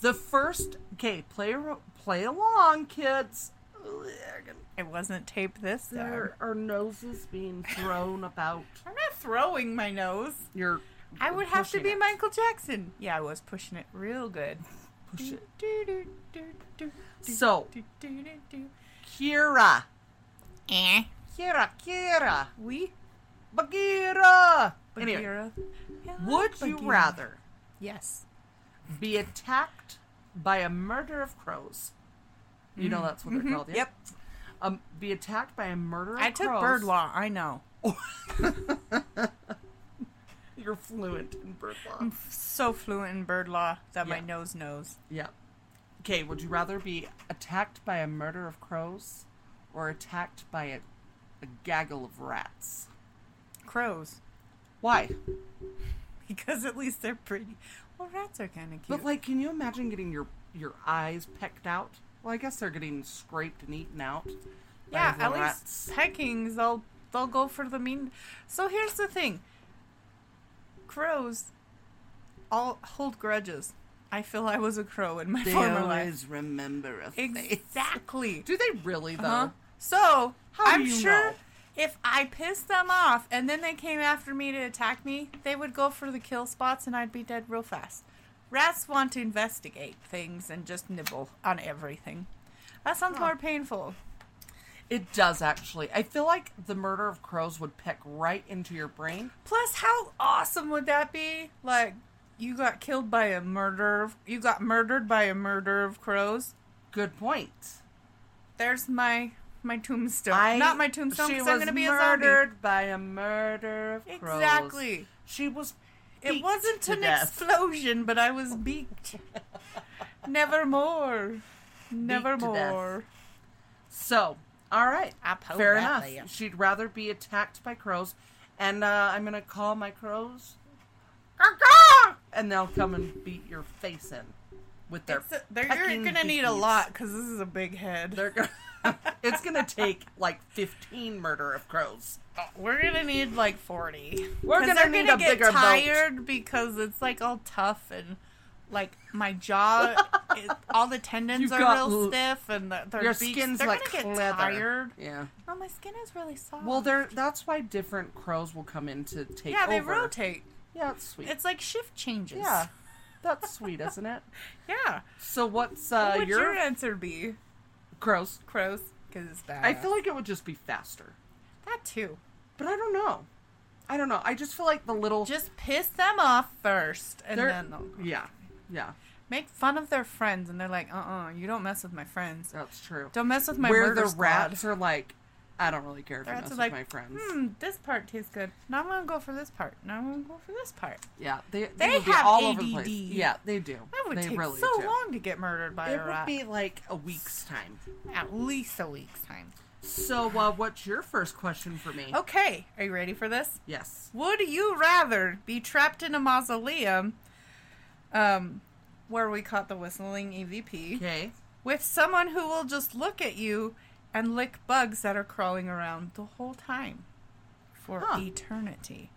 A: The first. Okay, play ro- play along, kids.
B: It wasn't taped this time.
A: There are noses being thrown about.
B: I'm not throwing my nose.
A: Your.
B: I would have to
A: pushing
B: be
A: it.
B: Michael Jackson. Yeah, I was pushing it real good.
A: Push it.
B: Do, do, do, do, do,
A: So-
B: do, do, do, do.
A: Kira.
B: Eh.
A: Kira. Kira.
B: We
A: Bagheera. Anyway,
B: Bagheera. Yeah,
A: would you
B: Bagheera.
A: rather?
B: Yes.
A: be attacked by a murder of crows. You know that's what they're called. Yeah?
B: Mm-hmm. Yep.
A: Um, be attacked by a murder of
B: I took
A: crows.
B: bird law. I know.
A: You're fluent in bird law.
B: I'm f- so fluent in bird law that my
A: Yeah.
B: nose knows.
A: Yeah. Okay. Would you rather be attacked by a murder of crows, or attacked by a, a gaggle of rats?
B: Crows.
A: Why?
B: Because at least they're pretty. Well, rats are kind of cute.
A: But like, can you imagine getting your your eyes pecked out? Well, I guess they're getting scraped and eaten out. by
B: yeah,
A: the
B: at
A: rats.
B: least peckings, they'll, they'll go for the mean. So here's the thing crows all hold grudges. I feel I was a crow in my
A: they
B: former life.
A: always remember a face.
B: Exactly.
A: Do they really though?
B: Huh? So
A: How do
B: I'm
A: you
B: sure
A: know?
B: if I pissed them off and then they came after me to attack me, they would go for the kill spots and I'd be dead real fast. Rats want to investigate things and just nibble on everything. That sounds more painful.
A: It does actually. I feel like the murder of crows would peck right into your brain.
B: Plus, how awesome would that be? Like, you got killed by a murder. Of, you got murdered by a murder of crows.
A: Good point.
B: There's my my tombstone. Not my tombstone.
A: She
B: 'cause
A: was
B: I'm gonna be a zombie.
A: murdered by a murder of crows.
B: Exactly.
A: She was.
B: It
A: beat
B: wasn't
A: to
B: an
A: death.
B: explosion, but I was beaked. Nevermore. Nevermore.
A: So, all right.
B: I pulled
A: Fair
B: that
A: enough.
B: there.
A: She'd rather be attacked by crows, and uh, I'm gonna call my crows, and they'll come and beat your face in with their.
B: It's a- They're, you're
A: pecking
B: gonna need a
A: beakies.
B: lot because this is a big head.
A: They're gonna. it's gonna take like 15 murder of crows.
B: We're gonna need like forty.
A: We're
B: 'Cause
A: gonna
B: they're
A: need a
B: get
A: bigger boat.
B: tired because it's like all tough and like my jaw it, all the tendons
A: You've
B: are
A: got
B: real
A: l-
B: stiff and the, their
A: Your
B: beaks,
A: skin's
B: they're
A: like
B: gonna get
A: leather.
B: tired.
A: Yeah.
B: No, my skin is really soft.
A: Well, there. That's why different crows will come in to take
B: yeah, they
A: over.
B: rotate.
A: Yeah, it's sweet.
B: It's like shift changes.
A: yeah, that's sweet, isn't it?
B: yeah.
A: So what's uh,
B: what would
A: your
B: your answer be?
A: crows?
B: Crows, because it's bad.
A: I feel like it would just be faster,
B: that too.
A: but I don't know. I don't know. I just feel like the little.
B: Just piss them off first, and
A: they're-
B: then they'll
A: yeah, yeah,
B: make fun of their friends, and they're like, "Uh, uh you don't mess with my friends.
A: that's true.
B: Don't mess with my
A: Where
B: murder
A: the
B: squad."
A: rats are like, I don't really care if
B: The
A: you
B: rats
A: mess
B: are
A: with
B: like,
A: my friends.
B: Hmm, this part tastes good. Now I'm gonna go for this part. Now I'm gonna go for this part.
A: Yeah, they they,
B: They
A: would be
B: have
A: all over the place.
B: ADD.
A: Yeah, they do.
B: That would
A: they
B: take
A: really
B: so
A: do.
B: long to get murdered by
A: It
B: a
A: would
B: rat.
A: be like a week's time.
B: At least a week's time.
A: So, uh, what's your first question for me?
B: Okay, are you ready for this?
A: Yes.
B: Would you rather be trapped in a mausoleum, um, where we caught the whistling EVP,
A: Okay.
B: with someone who will just look at you and lick bugs that are crawling around the whole time for
A: Huh.
B: eternity,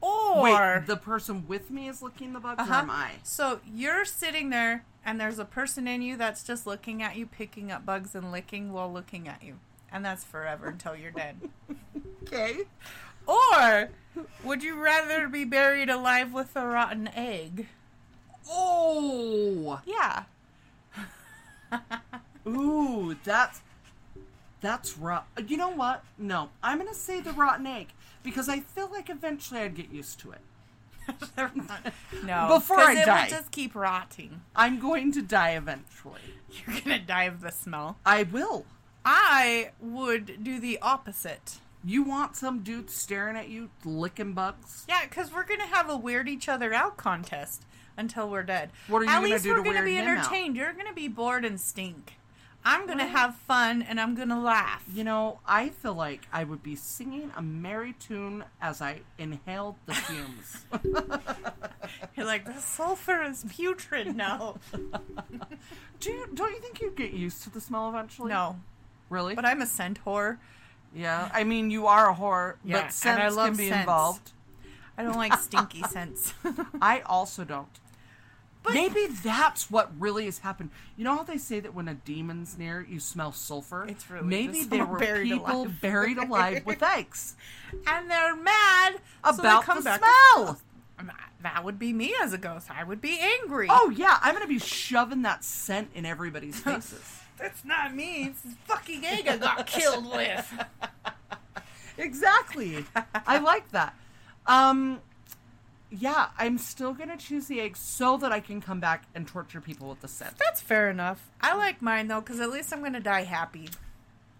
B: or
A: Wait, the person with me is looking the bugs, or
B: Uh-huh.
A: am I?
B: So you're sitting there, and there's a person in you that's just looking at you, picking up bugs and licking while looking at you. And that's forever until you're dead.
A: Okay.
B: Or would you rather be buried alive with a rotten egg?
A: Oh,
B: Yeah.
A: ooh, that's that's rough. You know what? No, I'm gonna say the rotten egg because I feel like eventually I'd get used to it.
B: No.
A: Before
B: 'cause
A: I
B: it
A: die.
B: would just keep rotting.
A: I'm going to die eventually.
B: You're going to die of the smell.
A: I will.
B: I would do the opposite.
A: You want some dude staring at you, licking bugs?
B: Yeah, because we're gonna have a weird each other out contest until we're dead.
A: What are you
B: At
A: gonna
B: least
A: do
B: we're
A: to
B: gonna
A: weird
B: be
A: him out?
B: entertained. You're gonna be bored and stink. I'm gonna have fun and I'm gonna laugh.
A: You know, I feel like I would be singing a merry tune as I inhaled the fumes.
B: You're like the sulfur is putrid. No,
A: Do you, don't you think you'd get used to the smell eventually?
B: no.
A: Really?
B: But I'm a centaur.
A: yeah. I mean, you are a whore,
B: Yeah, and I
A: but scents
B: love
A: can be
B: scents.
A: involved.
B: I don't like stinky scents.
A: I also don't. Maybe that's what really has happened. You know how they say that when a demon's near, you smell sulfur.
B: It's really
A: maybe
B: just
A: there
B: someone
A: were
B: buried
A: people
B: alive.
A: buried alive with eggs.
B: and they're mad so they
A: About
B: come
A: the
B: back
A: smell.
B: and- That would be me as a ghost. I would be angry.
A: Oh yeah, I'm gonna be shoving that scent in everybody's faces.
B: that's not me. It's this fucking egg I got killed with.
A: exactly. I like that. Um, yeah, I'm still gonna choose the egg so that I can come back and torture people with the scent.
B: That's fair enough. I like mine though, because at least I'm gonna die happy.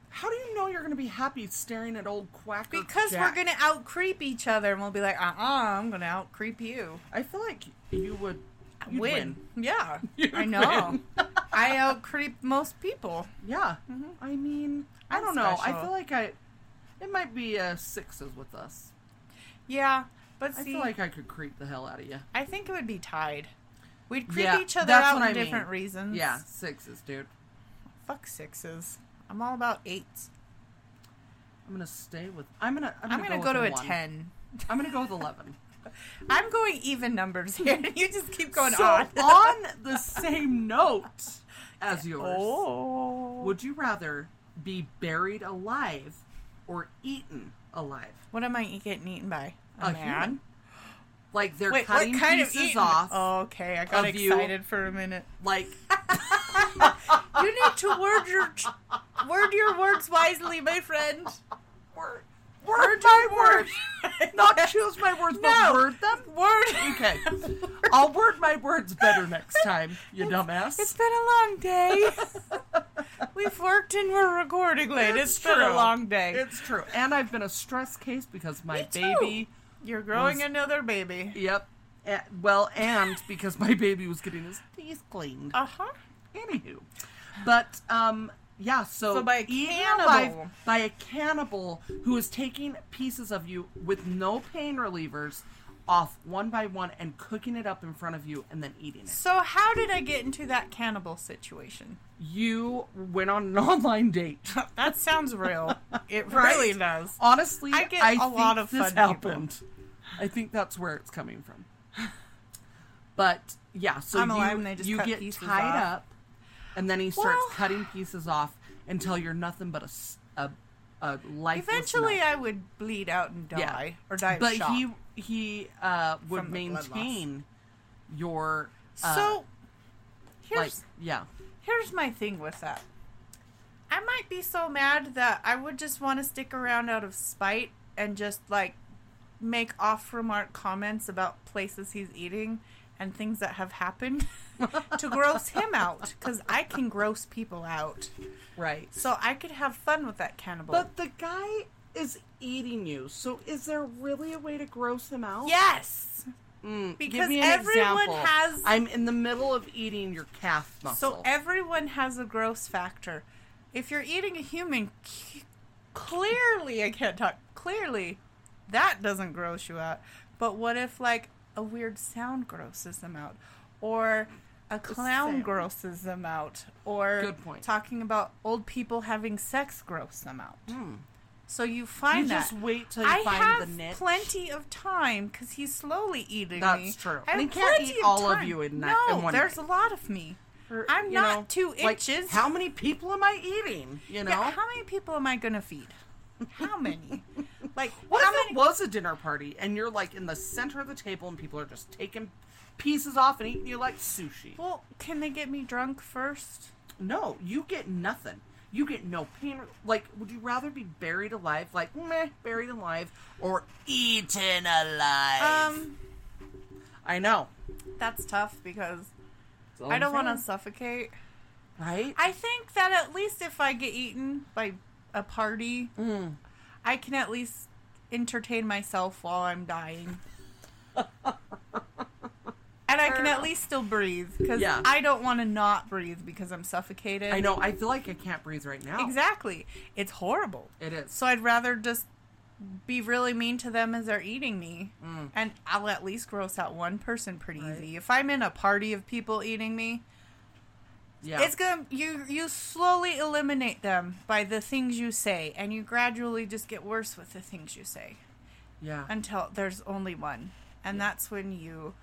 A: How do you know you're gonna be happy staring at old quacker?
B: Because
A: Jack?
B: we're gonna out creep each other, and we'll be like, uh, uh-uh, I'm gonna out creep you.
A: I feel like you would you'd win.
B: Yeah,
A: You'd
B: I know.
A: win.
B: I out creep most people.
A: Yeah. I mean, I
B: Mm-hmm. I'm
A: don't know. I
B: special.
A: feel like I. It might be uh, sixes with us.
B: Yeah, but
A: I
B: see,
A: feel like I could creep the hell out of you.
B: I think it would be tied. We'd creep
A: Yeah,
B: each other
A: that's
B: out
A: what
B: for
A: I mean.
B: different reasons.
A: Yeah, sixes, dude.
B: Fuck sixes. I'm all about eights.
A: I'm gonna stay with. I'm gonna. I'm
B: I'm
A: gonna,
B: gonna
A: go,
B: go,
A: with
B: to
A: a
B: a
A: one.
B: ten.
A: I'm gonna go with eleven.
B: I'm going even numbers here. you just keep going
A: so
B: on.
A: on the same note as yours,
B: oh.
A: would you rather be buried alive or eaten alive?
B: What am I e- getting eaten by?
A: A human. Like they're
B: Wait,
A: cutting
B: what kind of
A: pieces
B: eaten?
A: off,
B: Oh, okay. I got
A: of you.
B: excited for a minute.
A: like
B: You need to word your ch- word your words wisely, my friend.
A: word, word my word, not choose my words,
B: No.
A: but word them.
B: Word.
A: Okay, I'll word my words better next time, you dumbass.
B: It's been a long day. We've worked and we're recording late. It's been a
A: true.
B: long day.
A: It's true, and I've been a stress case because my
B: Me too.
A: baby.
B: You're growing
A: was-
B: another baby.
A: Yep. Eh, well, and because my baby was getting his teeth cleaned.
B: Uh huh.
A: Anywho, but um, yeah. So,
B: So by a
A: eaten
B: cannibal.
A: alive by a cannibal who is taking pieces of you with no pain relievers off one by one and cooking it up in front of you and then eating it.
B: So how did I get into that cannibal situation?
A: You went on an online date.
B: That sounds real. It
A: Right?
B: really does.
A: Honestly,
B: I get
A: a
B: a lot of
A: this
B: fun people.
A: happened. I think that's where it's coming from. But yeah, so
B: I'm
A: you,
B: alive and they just
A: you
B: cut
A: get
B: pieces
A: tied
B: off.
A: up, and then he starts
B: Well-
A: cutting pieces off until you're nothing but a s- a, a lifeless.
B: Eventually,
A: mess.
B: I would bleed out and die, or die of
A: But
B: shock.
A: he he uh, would
B: From the blood loss.
A: maintain your uh,
B: so
A: like
B: here's
A: yeah
B: here's my thing with that. I might be so mad that I would just want to stick around out of spite and just like make off remark comments about places he's eating and things that have happened to gross him out because I can gross people out.
A: right.
B: So I could have fun with that cannibal.
A: But the guy is eating you, so is there really a way to gross him out?
B: yes,
A: Mm,
B: Because everyone has-
A: I'm in the middle of eating your calf muscle.
B: So everyone has a gross factor. If you're eating a human, c- clearly I can't talk. Clearly, that doesn't gross you out. But what if like a weird sound grosses them out, or a clown
A: sound.
B: grosses them out, or
A: Good point.
B: talking about old people having sex gross them out. So you find
A: Hmm. you
B: that.
A: just wait till you
B: I
A: find
B: have
A: the niche.
B: plenty of time because he's slowly eating me.
A: That's true.
B: I
A: And
B: have
A: he can't
B: plenty
A: eat all of
B: time.
A: you in that-
B: no,
A: in one
B: there's
A: night.
B: a lot of me.
A: Or,
B: I'm
A: you
B: not
A: know,
B: two
A: like,
B: inches.
A: how many people am I eating? You know,
B: Yeah, how many people am I gonna feed? How many? like
A: what
B: how
A: if
B: many?
A: it was a dinner party and you're like in the center of the table and people are just taking pieces off and eating you like sushi?
B: well, can they get me drunk first?
A: No, you get nothing. You get no pain. Like, would you rather be buried alive, like meh, buried alive, or eaten alive?
B: Um,
A: I know.
B: that's tough because I don't want to suffocate.
A: Right?
B: I think that at least if I get eaten by a party,
A: Mm.
B: I can at least entertain myself while I'm dying. and I can at least still breathe because
A: Yeah.
B: I don't want to not breathe because I'm suffocated.
A: I know. I feel like I can't breathe right now.
B: Exactly. It's horrible.
A: Oh. It is.
B: So I'd rather just be really mean to them as they're eating me.
A: Mm.
B: And I'll at least gross out one person pretty easy. If I'm in a party of people eating me,
A: yeah.
B: it's gonna you you slowly eliminate them by the things you say, and you gradually just get worse with the things you say
A: yeah.
B: until there's only one, and that's when you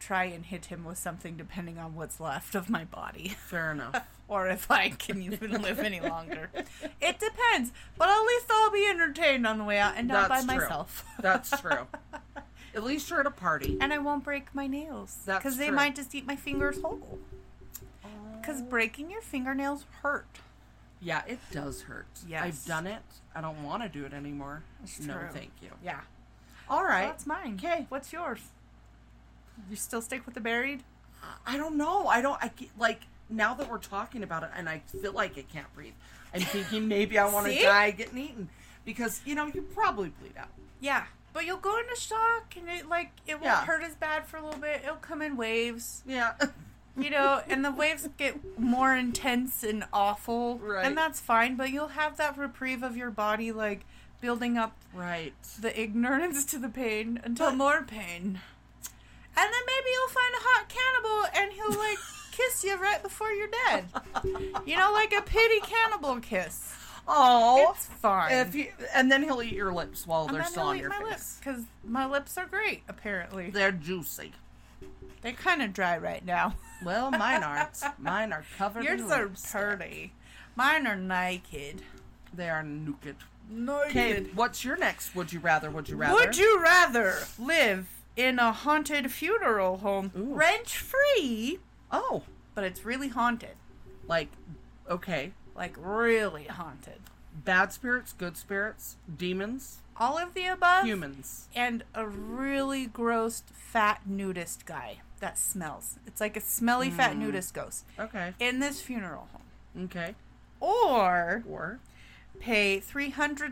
B: try and hit him with something depending on what's left of my body
A: Fair enough.
B: or if I can even live any longer. It depends, but at least I'll be entertained on the way out and not
A: That's
B: by
A: true.
B: myself.
A: That's true. At least you're at a party.
B: and I won't break my nails
A: That's
B: because they
A: true. Oh.
B: might just eat my fingers whole. Because breaking your fingernails hurt.
A: Yeah, it does hurt.
B: Yes.
A: I've done it. I don't want to do it anymore. no,
B: true.
A: thank you.
B: Yeah.
A: All right.
B: That's mine. Okay. What's yours? You still stick with the buried?
A: I don't know. I don't. I ca- like now that we're talking about it, and I feel like I can't breathe. I'm thinking maybe I want to
B: See?
A: die getting eaten because you know you probably bleed out.
B: Yeah. But you'll go into shock and it like it won't
A: Yeah.
B: hurt as bad for a little bit. It'll come in waves.
A: Yeah,
B: you know, and the waves get more intense and awful,
A: Right.
B: and that's fine. But you'll have that reprieve of your body, like building up
A: right.
B: the ignorance to the pain until more pain, and then maybe you'll find a hot cannibal, and he'll like kiss you right before you're dead. You know, like a pity cannibal kiss.
A: Oh,
B: It's fine.
A: if you, and then he'll eat your lips while
B: and
A: they're
B: then
A: still
B: he'll
A: on
B: eat
A: your
B: my
A: face.
B: lips because my lips are great. Apparently,
A: They're juicy.
B: they're kind of dry right now.
A: Well, mine aren't. mine are covered.
B: Yours
A: in
B: are
A: lips.
B: pretty. Mine are naked.
A: They are naked. Okay,
B: Naked.
A: what's your next? Would you rather? Would you rather?
B: Would you rather live in a haunted funeral home,
A: Ooh.
B: rent free,
A: Oh,
B: but it's really haunted?
A: like, okay,
B: Like, really haunted.
A: bad spirits, good spirits, demons,
B: All of the above?
A: humans.
B: And a really gross, fat nudist guy that smells. It's like a smelly, fat
A: Hmm.
B: nudist ghost
A: Okay.
B: in this funeral home.
A: Okay.
B: Or
A: Or
B: pay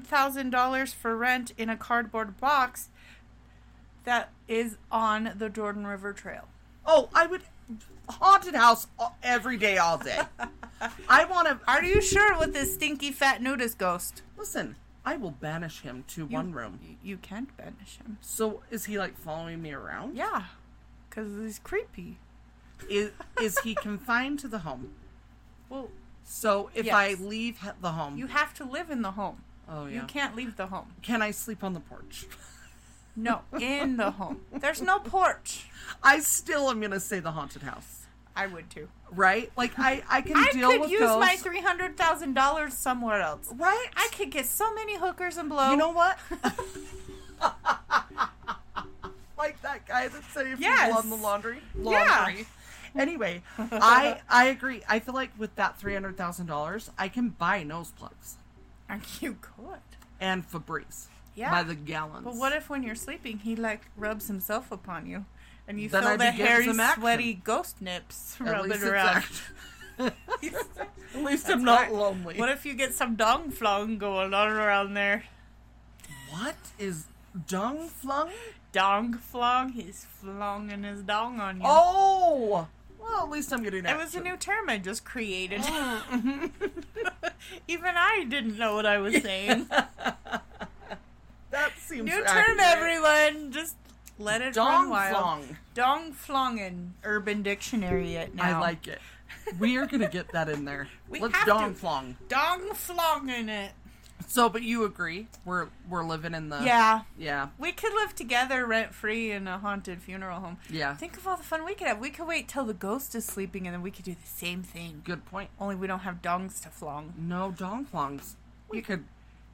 B: $300,000 for rent in a cardboard box that is on the Jordan River Trail.
A: oh, I would haunted house all- every day, all day. I want to
B: Are you sure with this stinky fat nudist ghost?
A: listen. I will banish him to one room.
B: You, you can't banish him.
A: So is he like following me around?
B: Yeah, because he's creepy.
A: Is is he confined to the home?
B: Well,
A: So if I
B: Yes.
A: leave h- the home,
B: you have to live in the home.
A: oh yeah,
B: You can't leave the home.
A: can I sleep on the porch?
B: No, in the home. There's no porch.
A: I still am gonna say the haunted house,
B: I would too.
A: right? Like I, I can
B: I
A: deal
B: could
A: with
B: use
A: ghosts,
B: my three hundred thousand dollars somewhere else.
A: right?
B: I could get so many hookers and blow.
A: You know what? like that guy that said if
B: Yes.
A: you won the laundry,
B: Yeah.
A: laundry. Anyway, I I agree. I feel like with that three hundred thousand dollars, I can buy nose plugs
B: Are you could.
A: and Febreze
B: Yeah.
A: by the gallons.
B: But what if when you're sleeping he like rubs himself upon you, and you
A: Then
B: feel
A: I'd
B: the
A: be getting
B: hairy,
A: some action.
B: sweaty ghost nips
A: At
B: rubbing
A: least it's
B: around?
A: act- At least I'm
B: That's
A: not
B: right.
A: lonely.
B: What if you get some dong flung going on around there?
A: what is dung flung?
B: Dong flung. He's flunging his dong on you.
A: Oh, well, at least I'm getting.
B: It was a
A: action.
B: new term I just created.
A: Oh.
B: Even I didn't know what I was saying.
A: that seems
B: new term,
A: accurate.
B: everyone. Just let it run
A: Dung
B: wild.
A: flung.
B: Dong flongin. Urban Dictionary it now.
A: I like it. We are gonna get that in there.
B: We
A: Let's
B: have
A: dong
B: to.
A: flong.
B: dong flongin it.
A: So, but you agree? We're we're living in the
B: Yeah.
A: yeah
B: We could live together rent free in a haunted funeral home.
A: yeah.
B: Think of all the fun we could have. We could wait till the ghost is sleeping and then we could do the same thing.
A: Good point.
B: Only we don't have dongs to flong.
A: No dong flongs. We could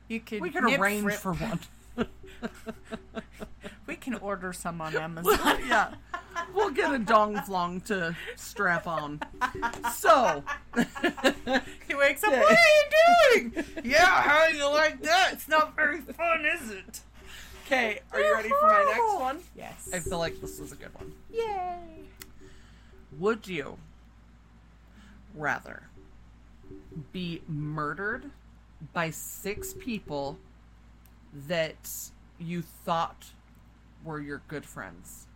B: You could
A: we could
B: nip
A: arrange
B: rip-
A: for one.
B: We can order some on Amazon.
A: yeah, we'll get a dong flong to strap on. So
B: He wakes up. What are you doing? yeah, how you like that? It's not very fun, is it?
A: okay, are
B: You're
A: you ready for my next
B: horrible.
A: one?
B: Yes.
A: I feel like this is a good one.
B: Yay.
A: Would you rather be murdered by six people that you thought were your good friends,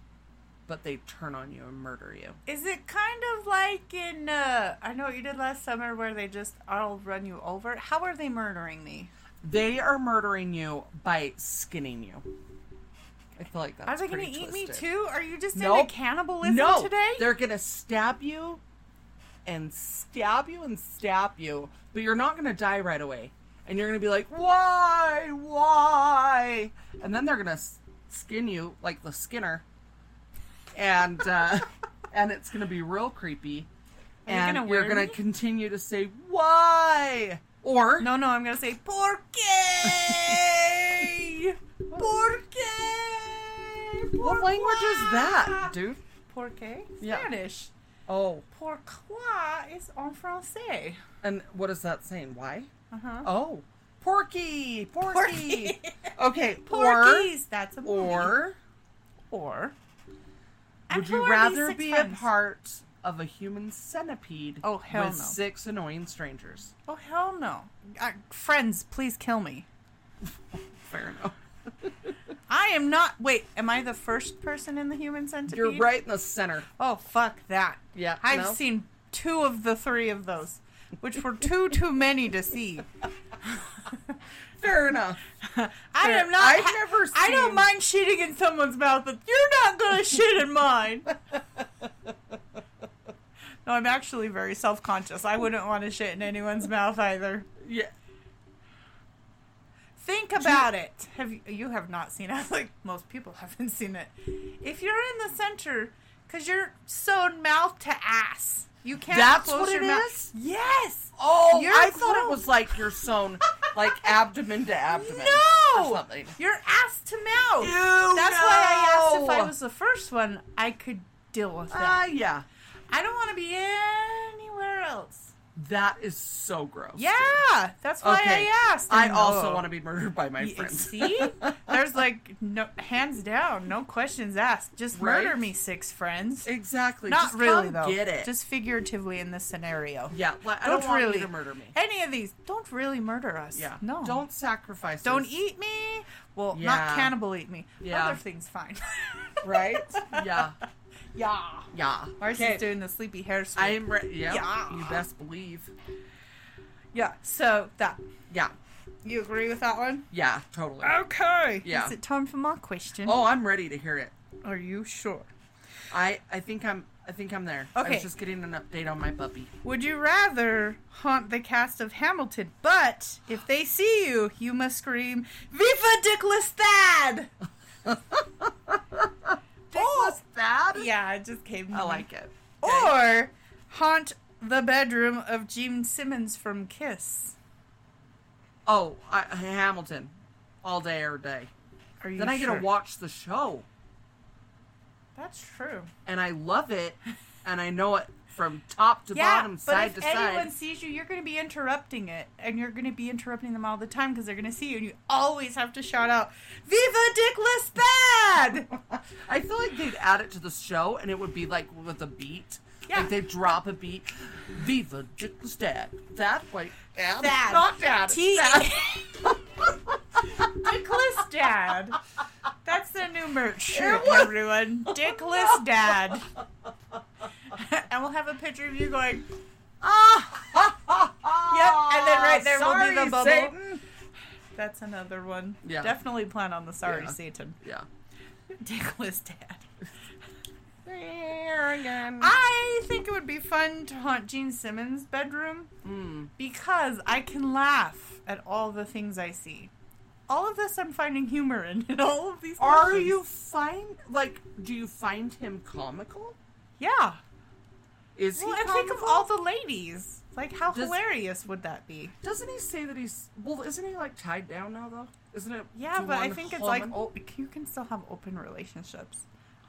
A: but they turn on you and murder you?
B: Is it kind of like in uh, I know what you did last summer where they just I'll run you over? How are they murdering me?
A: They are murdering you by skinning you. I feel like that's
B: Are they gonna
A: pretty
B: eat me
A: twisted.
B: too? Are you just
A: Nope.
B: into cannibalism
A: no,
B: today?
A: They're gonna stab you and stab you and stab you, but you're not gonna die right away. And you're gonna be like, why, why? And then they're gonna s- skin you like the Skinner, and uh, and it's gonna be real creepy.
B: Are you
A: and
B: gonna
A: you're
B: wear
A: gonna
B: me?
A: continue to say why, or
B: No, no, I'm gonna say porque. porque.
A: what language is that, dude?
B: Porque?
A: Yeah.
B: Spanish.
A: Oh,
B: Pourquoi is en français.
A: and what is that saying? Why?
B: Uh huh.
A: Oh, Porky, Porky.
B: Porky.
A: okay, or
B: Porkies. That's a movie.
A: or
B: or.
A: would you rather be a part of a human centipede?
B: Oh, hell
A: with
B: no.
A: six annoying strangers.
B: Oh hell no! Uh, friends, please kill me.
A: Fair enough.
B: I am not. Wait, am I the first person in the human centipede?
A: You're right in the center.
B: Oh fuck that!
A: Yeah,
B: I've
A: no?
B: seen two of the three of those, which were too too many to see.
A: Fair enough.
B: I
A: Fair.
B: am not.
A: I've
B: ha-
A: never
B: I don't
A: seen-
B: mind shitting in someone's mouth, but you're not gonna shit in mine. No, I'm actually very self conscious. I wouldn't want to shit in anyone's mouth either.
A: Yeah.
B: Think about it. Have you, you have not seen it? I was Like most people haven't seen it. If you're in the center, because you're sewn mouth to ass, you can't.
A: That's
B: close
A: what
B: your
A: it
B: mouth.
A: is?
B: Yes.
A: Oh,
B: You're
A: I thought it
B: gross.
A: was like you're sewn like abdomen to abdomen. Or
B: No,
A: something.
B: you're ass to mouth.
A: Ew,
B: That's why I asked if I
A: no.
B: was the first one. I could deal with
A: Ah,
B: that.
A: yeah.
B: I don't want to be anywhere else.
A: That is so gross.
B: Yeah, that's why
A: Okay.
B: I asked.
A: I also want to be murdered by my
B: Y-
A: friends.
B: See, there's like no hands down, no questions asked. Just
A: Right?
B: murder me, six friends.
A: Exactly.
B: Not
A: Just
B: really
A: come
B: though.
A: Get it?
B: Just figuratively in this scenario.
A: yeah. Like, I don't,
B: Don't
A: want
B: really.
A: you to murder me.
B: Any of these don't really murder us.
A: Yeah.
B: No.
A: Don't sacrifice.
B: don't
A: us.
B: eat me. Well,
A: Yeah.
B: not cannibal eat me.
A: Yeah.
B: Other things fine.
A: Right? Yeah.
B: yeah.
A: Yeah.
B: Marcy's
A: Okay.
B: doing the sleepy hair sweep.
A: I am ready. Yeah,
B: Yeah.
A: You best believe.
B: yeah. So that
A: Yeah.
B: you agree with that one?
A: Yeah. Totally.
B: Okay.
A: Yeah.
B: Is it time for my question?
A: Oh, I'm ready to hear it.
B: Are you sure?
A: I I think I'm I think I'm there. I
B: Okay.
A: was just getting an update on my puppy.
B: Would you rather haunt the cast of Hamilton, but if they see you, you must scream, Viva Dickless Thad!
A: was that?
B: Yeah, it just came. to
A: Oh. I
B: Oh, me.
A: like it.
B: Or haunt the bedroom of Gene Simmons from Kiss.
A: Oh, I, Hamilton, all day every day.
B: Are you
A: Then I get
B: sure?
A: to watch the show,
B: That's true.
A: and I love it, and I know it from top to
B: Yeah,
A: bottom,
B: but
A: side
B: if
A: to
B: anyone
A: side.
B: sees you, you're going to be interrupting it, and you're going to be interrupting them all the time because they're going to see you, and you always have to shout out, "Viva Dick Lestad!"
A: I feel like they'd add it to the show, and it would be like with a beat.
B: Yeah.
A: Like they drop a beat. Viva Dickless Dad. That way. Dad.
B: Dad.
A: Not dad.
B: T-
A: Dad.
B: Dickless Dad. That's the new merch shirt,
A: was-
B: everyone. Dickless Dad. and we'll have a picture of you going, "Ah." Yep, and then right there will be the
A: Sorry,
B: bubble.
A: Satan.
B: That's another one.
A: Yeah.
B: Definitely plan on the sorry
A: Yeah.
B: Satan.
A: Yeah.
B: Dickless dad.
A: There again.
B: I think it would be fun to haunt Gene Simmons' bedroom
A: Hmm.
B: because I can laugh at all the things I see. All of this I'm finding humor in, in all of these.
A: Are
B: things.
A: you find like? Do you find him comical?
B: Yeah.
A: Is
B: Well,
A: he?
B: and think of
A: comical?
B: all the ladies. Like, how
A: Does-
B: hilarious would that be?
A: Doesn't he say that he's well? Isn't he like tied down now though? Isn't it?
B: Yeah,
A: to
B: but I
A: one
B: think it's like
A: woman?
B: oh, you can still have open relationships.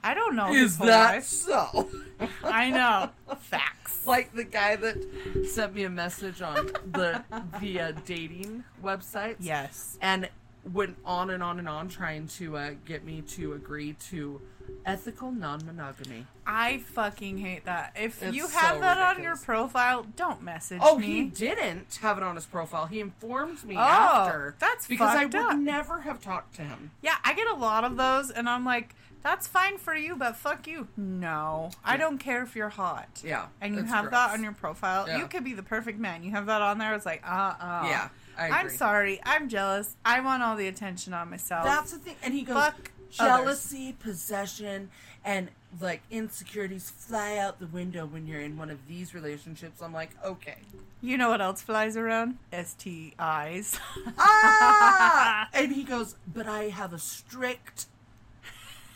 B: I don't know. his
A: Is
B: whole
A: that
B: life.
A: so?
B: I know facts.
A: like the guy that sent me a message on the the uh, dating websites.
B: Yes.
A: and went on and on and on trying to uh, get me to agree to ethical non-monogamy.
B: I fucking hate that. If
A: It's
B: you have
A: so
B: that on your
A: ridiculous.
B: profile, don't message
A: Oh,
B: me.
A: he didn't have it on his profile. He informed me
B: Oh,
A: after.
B: that's
A: because I
B: fucked
A: would
B: up.
A: never have talked to him.
B: Yeah, I get a lot of those, and I'm like, that's fine for you, but fuck you. No, I don't care if you're hot.
A: Yeah,
B: And you
A: it's
B: have that
A: gross.
B: on your profile.
A: Yeah.
B: You could be the perfect man. You have that on there. It's like, uh uh
A: Yeah, I
B: I'm
A: agree.
B: sorry. I'm jealous. I want all the attention on myself.
A: That's the thing. And he goes,
B: Fuck
A: jealousy, possession, and like insecurities fly out the window when you're in one of these relationships. I'm like, okay.
B: you know what else flies around? STIs.
A: Ah! and he goes, but I have a strict.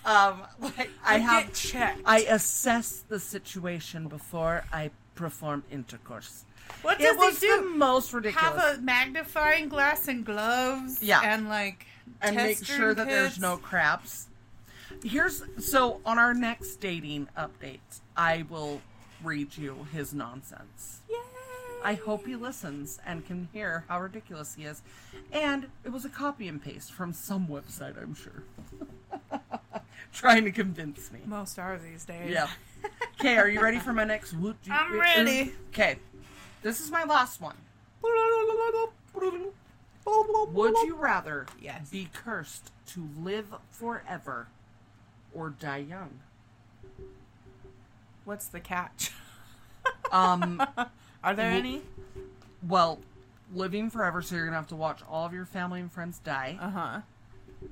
A: Um, like I
B: You
A: have
B: get checked.
A: I assess the situation before I perform intercourse.
B: What
A: it
B: does
A: was
B: he do?
A: the most ridiculous.
B: have a magnifying glass and gloves.
A: Yeah.
B: And like
A: and make
B: tester
A: sure that there's
B: kits.
A: no craps. Here's so on our next dating update, I will read you his nonsense.
B: Yay.
A: I hope he listens and can hear how ridiculous he is. And it was a copy and paste from some website, I'm sure. Trying to convince me.
B: most are these days.
A: Yeah. Okay, are you ready for my next?
B: I'm ready.
A: Okay, this is my last one. Would you rather
B: Yes.
A: be cursed to live forever or die young?
B: What's the catch?
A: Um,
B: Are there
A: Wo-
B: any?
A: well, living forever, so you're gonna have to watch all of your family and friends die.
B: Uh huh.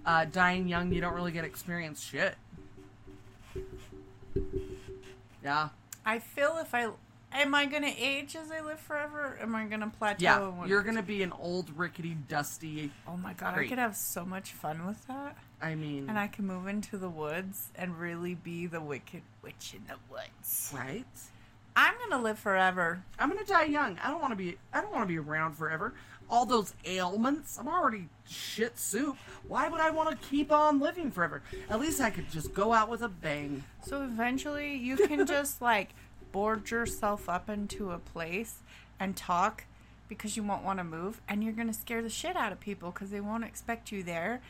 A: Uh, dying young, you don't really get experience shit. Yeah,
B: I feel if I am I gonna age as I live forever? Or am Oh, I gonna plateau?
A: yeah,
B: and what-
A: you're gonna be an old, rickety, dusty.
B: Oh my god!
A: Great.
B: I could have so much fun with that,
A: I mean,
B: and I could move into the woods and really be the wicked witch in the woods.
A: right?
B: I'm gonna live forever.
A: I'm gonna die young. I don't want to be. I don't want to be around forever. All those ailments. I'm already shit soup. Why would I want to keep on living forever? At least I could just go out with a bang.
B: So eventually, you can just like board yourself up into a place and talk because you won't want to move, and you're gonna scare the shit out of people because they won't expect you there,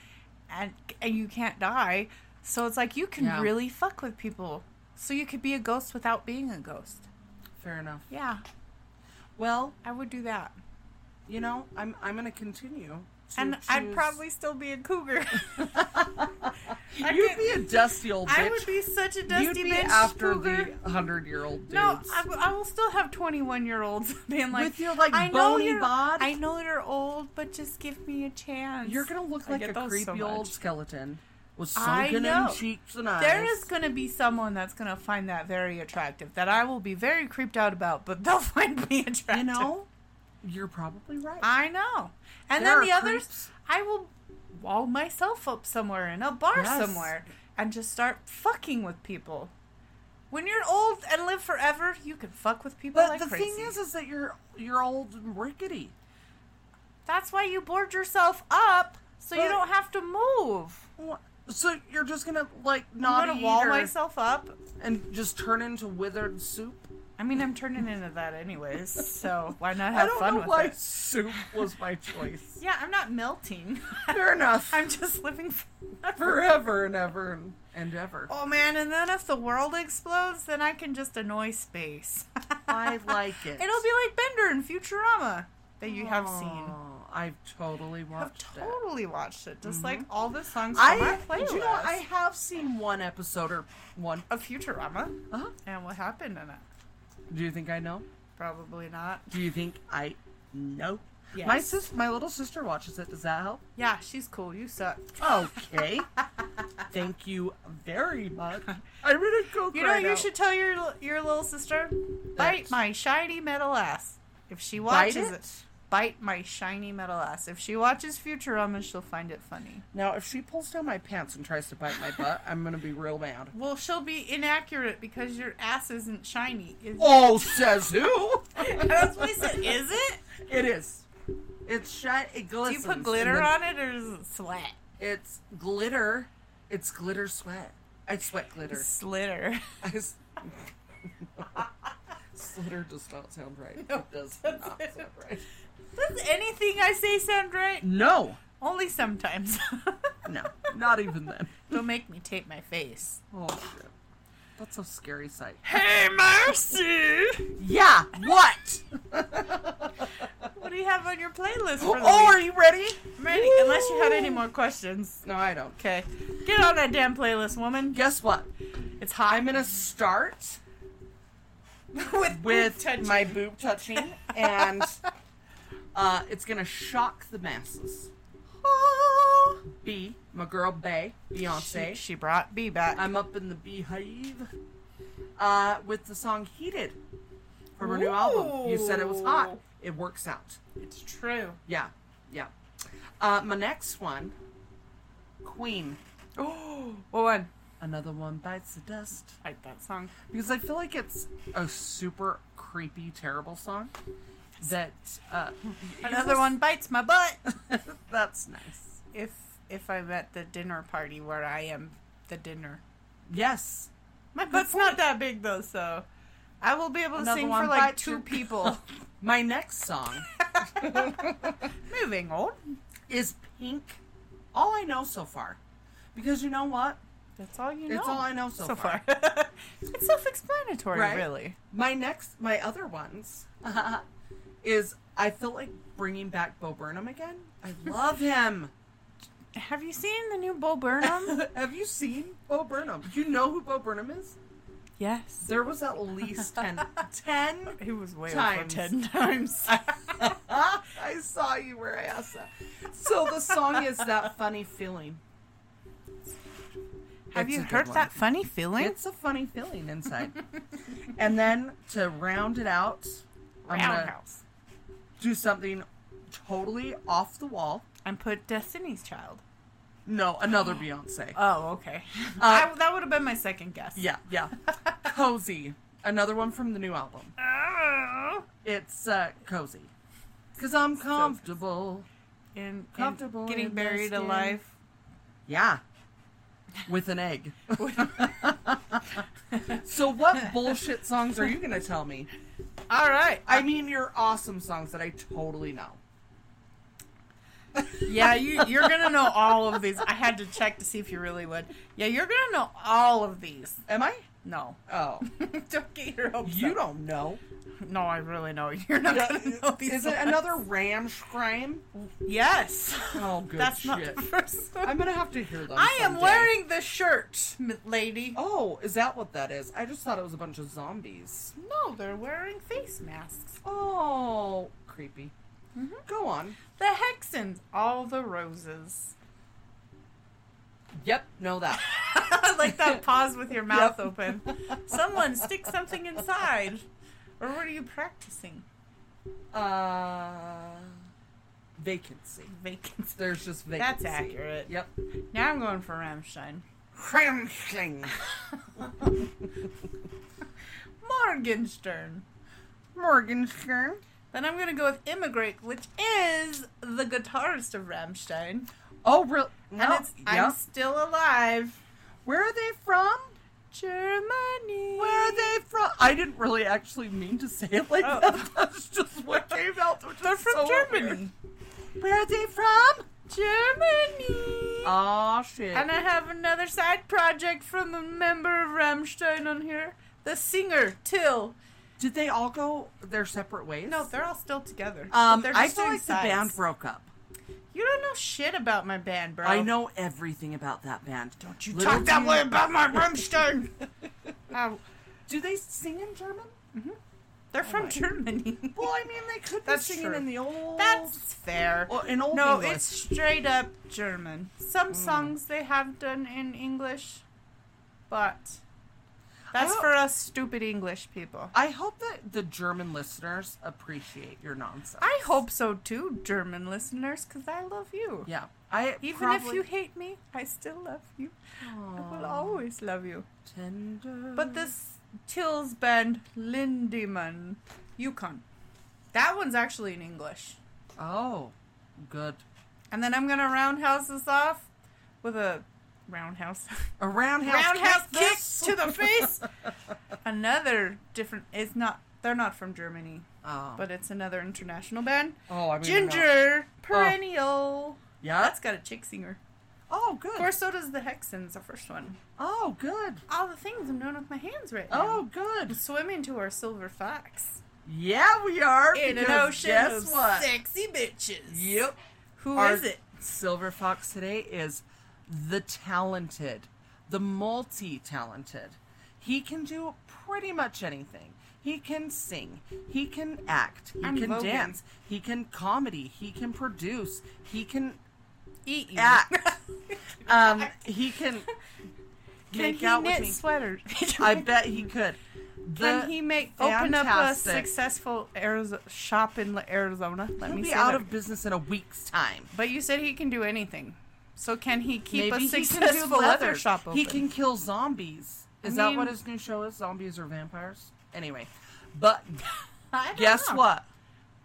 B: and and you can't die. So it's like you can
A: Yeah.
B: really fuck with people. So you could be a ghost without being a ghost.
A: Fair enough.
B: Yeah,
A: Well,
B: I would do that,
A: you know, I'm I'm gonna continue. to
B: and I'd
A: choose-
B: probably still be a cougar. I
A: You'd
B: could-
A: be a dusty old bitch.
B: I would be such a dusty
A: You'd be
B: bitch
A: after
B: cougar.
A: the hundred year old dudes.
B: No, I, w- I will still have 21 year olds being like,
A: With your, like,
B: I know
A: bony
B: you're-
A: bod?"
B: I know you're old, but just give me a chance.
A: You're gonna look
B: I
A: like
B: get
A: a
B: those
A: creepy
B: so
A: old
B: much.
A: skeleton with
B: I
A: sunken in
B: know.
A: cheeks and eyes.
B: There is gonna be someone that's gonna find that very attractive that I will be very creeped out about, but they'll find me attractive.
A: you know, you're probably right.
B: I know. And
A: There
B: then the
A: are
B: others,
A: creeps.
B: I will wall myself up somewhere in a bar
A: Yes.
B: somewhere and just start fucking with people. When you're old and live forever, you can fuck with people
A: But
B: like
A: the
B: crazy.
A: thing is, is that you're you're old and rickety.
B: that's why you board yourself up so
A: But-
B: you don't have to move.
A: Wha- So you're just gonna like
B: I'm
A: not
B: gonna
A: eat
B: wall
A: or-
B: myself up.
A: and just turn into withered soup.
B: I mean, I'm turning into that anyways, so why not
A: I
B: have
A: don't
B: fun
A: know
B: with
A: why
B: it?
A: soup was my choice.
B: Yeah, I'm not melting.
A: Fair enough.
B: I'm just living forever.
A: Forever and ever and, and ever.
B: Oh man, and then if the world explodes, then I can just annoy space.
A: I like it.
B: It'll be like Bender in Futurama that you have seen.
A: Oh, I've totally
B: I've
A: watched it.
B: totally watched it. Just like all the songs from our
A: I,
B: playlist.
A: do you know, I have seen one episode or one.
B: of Futurama
A: Uh-huh.
B: and what happened in it.
A: Do you think I know?
B: Probably not.
A: Do you think I know?
B: Yes.
A: My sis, my little sister watches it. Does that help?
B: Yeah, she's cool. You suck.
A: Okay. Thank you very much. I'm gonna go.
B: You know,
A: cry
B: what you
A: now.
B: should tell your your little sister,
A: Thanks.
B: bite my shiny metal ass. If she
A: Bite
B: watches
A: it?
B: it? bite my shiny metal ass. If she watches Futurama, she'll find it funny.
A: Now, if she pulls down my pants and tries to bite my butt, I'm gonna be real mad.
B: Well, she'll be inaccurate because your ass isn't shiny. Is
A: Oh, says who?
B: That's what I said. Is it?
A: it is. It's shut. It
B: Do
A: glistens.
B: you put
A: and
B: glitter
A: then
B: on it or is it sweat?
A: It's glitter. It's glitter sweat. I sweat glitter.
B: Slitter.
A: I s- Slitter does not sound right. it does not sound right.
B: Does anything I say sound right?
A: No,
B: Only sometimes.
A: no, not even then.
B: Don't make me tape my face.
A: Oh shit, that's a scary sight.
B: Hey, Mercy!
A: Yeah, what?
B: What do you have on your playlist for the
A: oh,
B: week?
A: are you ready?
B: I'm ready. Unless you had any more questions.
A: No, I don't.
B: Okay. Get on that damn playlist, woman.
A: Guess what?
B: It's hot.
A: I'm gonna start
B: with,
A: with
B: touching.
A: my boob touching, and uh, it's gonna shock the masses. B, my girl Bay, Beyonce.
B: She, she brought B back.
A: I'm up in the beehive uh, with the song "Heated" from her new album. You said it was hot.
B: Ooh.
A: It works out.
B: it's true.
A: Yeah, yeah. Uh, my next one, Queen.
B: Oh, what one?
A: Another one bites the dust.
B: like that song.
A: because I feel like it's a super creepy, terrible song. That uh,
B: Another one bites my butt.
A: that's nice.
B: if if I'm at the dinner party where I am the dinner,
A: Yes,
B: my butt's not that big though, so I will be able to
A: Another
B: sing
A: one
B: for like
A: bites
B: two
A: your-
B: people.
A: my next song
B: Moving on.
A: is Pink. All I know so far, because you know what?
B: That's all you know.
A: It's all I know so far.
B: it's self-explanatory,
A: Right?
B: really.
A: My next, my other ones is I feel like bringing back Bo Burnham again. I love him.
B: Have you seen the new Bo Burnham?
A: Have you seen Bo Burnham? You know who Bo Burnham is?
B: yes.
A: There was at least 10, 10
B: He was way
A: Times.
B: over ten times.
A: I saw you where I asked that. So the song is that funny feeling.
B: Have
A: It's
B: you
A: a good
B: heard
A: one.
B: that funny feeling?
A: It's a funny feeling inside. and then to round it out, I'm gonna
B: Roundhouse.
A: do something totally off the wall.
B: And put Destiny's Child.
A: No, another Beyonce.
B: Oh, okay.
A: Uh,
B: I, that would have been my second guess.
A: yeah, yeah. Cozy. Another one from the new album.
B: Oh.
A: It's uh, cozy. Cause I'm comfortable.
B: in,
A: Comfortable
B: in getting
A: in their
B: buried
A: skin.
B: alive.
A: Yeah. With an egg. so what bullshit songs are you gonna tell me?
B: All right.
A: I mean your awesome songs that I totally know.
B: yeah, you, you're gonna know all of these. I had to check to see if you really would. Yeah, you're gonna know all of these.
A: Am I?
B: No,
A: Oh.
B: don't get your hopes
A: You
B: up.
A: don't know.
B: No, I really know. You're not gonna know these.
A: Is it
B: ones.
A: another Ram crime?
B: Yes.
A: Oh good
B: That's not
A: shit.
B: the first. One.
A: I'm gonna have to hear them.
B: I am
A: someday.
B: wearing the shirt, m- lady.
A: Oh, is that what that is? I just thought it was a bunch of zombies.
B: No, they're wearing face masks.
A: Oh creepy. Go on.
B: The Hexens, all the roses.
A: Yep, know that.
B: I like that pause with your mouth
A: Yep.
B: open. Someone stick something inside. Or what are you practicing?
A: Uh, vacancy.
B: Vacancy.
A: There's just vacancy.
B: That's accurate.
A: Yep.
B: Now I'm going for Rammstein.
A: Rammstein.
B: Morgenstern.
A: Morgenstern.
B: Then I'm gonna go with Immigrant, which is the guitarist of Rammstein.
A: Oh, real?
B: and
A: No.
B: it's I'm
A: Yep.
B: still alive.
A: Where are they from?
B: Germany.
A: Where are they from? I didn't really actually mean to say it like
B: Oh.
A: that. That's just what came out. which
B: They're
A: is
B: from
A: so weird.
B: Germany.
A: Where are they from?
B: Germany.
A: Oh shit.
B: and I have another side project from a member of Rammstein on here. The singer Till.
A: Did they all go their separate ways?
B: No, they're all still together.
A: Um,
B: But they're
A: I
B: just
A: feel
B: doing
A: like the
B: sides.
A: band broke up.
B: You don't know shit about my band, bro.
A: I know everything about that band. Don't you
B: Talk that way about my Rammstein. Oh,
A: Do they sing in German? Oh
B: they're from Germany.
A: Well, I mean, they could be
B: That's
A: singing
B: true.
A: in the old.
B: That's fair.
A: or in old
B: No,
A: English.
B: it's straight up German. Some
A: Hmm.
B: songs they have done in English, but that's
A: hope-
B: for us stupid English people.
A: I hope that the German listeners appreciate your nonsense.
B: I hope so too, German listeners, because I love you.
A: Yeah. I
B: Even if
A: probably-
B: you hate me, I still love you. I will
A: Aw,
B: always love you.
A: tender.
B: But this Tills band, Lindemann, Yukon. That one's actually in English.
A: Oh, good.
B: And then I'm gonna roundhouse this off with a roundhouse.
A: A roundhouse,
B: roundhouse
A: kick,
B: kick
A: this?
B: to the face. another different. It's not. They're not from Germany,
A: Oh.
B: but it's another international band.
A: oh, I Oh. mean, no.
B: Ginger perennial.
A: Yeah.
B: That's got a chick singer.
A: oh, good.
B: Of course, so does the Hexens, the first one.
A: Oh, good.
B: All the things I'm doing with my hands right now.
A: Oh, good.
B: Swimming to our silver fox
A: Yeah, we are.
B: in an
A: because
B: ocean
A: Guess
B: of
A: what?
B: sexy bitches.
A: Yep.
B: Who is
A: Our
B: it?
A: Silver Fox today is the talented, the multi talented. He can do pretty much anything. He can sing. He can act. He
B: I'm
A: can
B: voting.
A: dance. He can comedy. He can produce. He can
B: Eat you.
A: act. um, he can
B: Can
A: make
B: he
A: out
B: knit
A: with me.
B: sweaters?
A: I bet he could.
B: Can
A: The-
B: he make open up a
A: fantastic.
B: successful Arizo- shop in La- Arizona? Let
A: He'll
B: me
A: be
B: say
A: out
B: that.
A: of business in a week's time.
B: But you said he can do anything. So can he keep
A: Maybe
B: a
A: he can do
B: successful leather
A: leather.
B: shop open?
A: He can kill zombies. Is
B: I
A: that what
B: mean-
A: his new show is? Zombies or vampires? Anyway, but
B: I don't
A: guess
B: know.
A: what?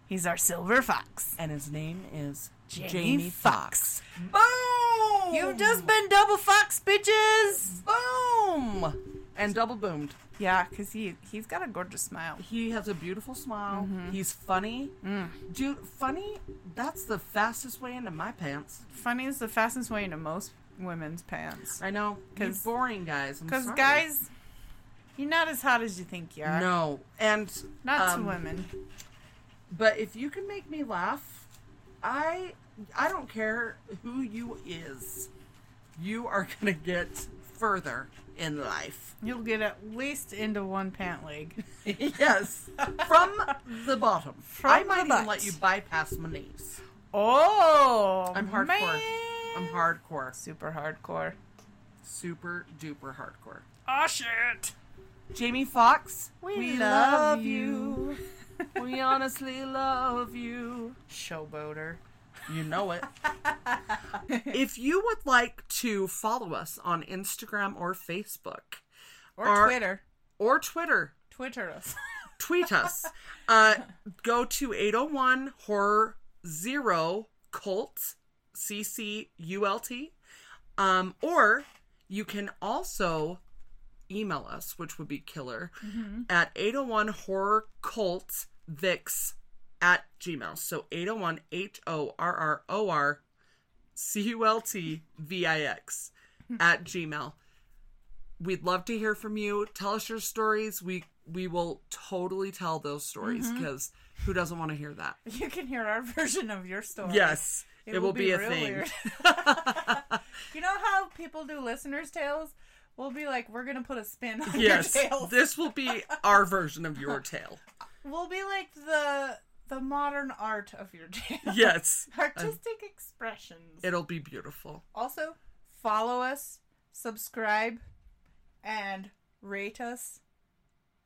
B: He's our silver fox.
A: And his name is
B: Jamie
A: Jamie,
B: Foxx.
A: Fox. Boom!
B: You've just been double fox, bitches.
A: boom and double boomed.
B: Yeah, cause he he's got a gorgeous smile.
A: He has a beautiful smile.
B: Mm-hmm.
A: He's funny,
B: Mm.
A: dude. Funny. That's the fastest way into my pants.
B: Funny is the fastest way into most women's pants.
A: I know.
B: 'Cause-
A: He's boring, guys. I'm
B: Cause
A: sorry.
B: guys, you're not as hot as you think you are.
A: No, and
B: not
A: um,
B: to women.
A: But if you can make me laugh, I I don't care who you is. You are gonna get further in life.
B: You'll get at least into one pant leg.
A: yes. From the bottom.
B: From
A: I
B: the
A: might
B: butt.
A: even let you bypass my knees.
B: Oh,
A: I'm hardcore.
B: man.
A: I'm hardcore.
B: Super hardcore.
A: Super duper hardcore.
B: Oh shit!
A: Jamie Foxx,
B: We love you.
A: you. we honestly love you.
B: Showboater.
A: You know it. if you would like to follow us on Instagram or Facebook
B: Or
A: Or-
B: Twitter.
A: or Twitter,
B: Twitter us.
A: tweet us. Uh, go to 801 Horror Zero Cult, C C U L T. Um, or you can also email us, which would be killer, at 801 Horror Cult Vix at Gmail. So 801 H O R R O R C U L T V I X at Gmail. We'd love to hear from you. Tell us your stories. We we will totally tell those stories because who doesn't want to hear that?
B: You can hear our version of your story.
A: Yes, it, will, be, a
B: real
A: thing.
B: weird. you know how people do listeners' tales? We'll be like, we're gonna put a spin on
A: yes,
B: your tales.
A: this will be our version of your tale.
B: We'll be like the the modern art of your tale.
A: Yes,
B: Artistic expressions.
A: it'll be beautiful.
B: Also, follow us, subscribe, and rate us.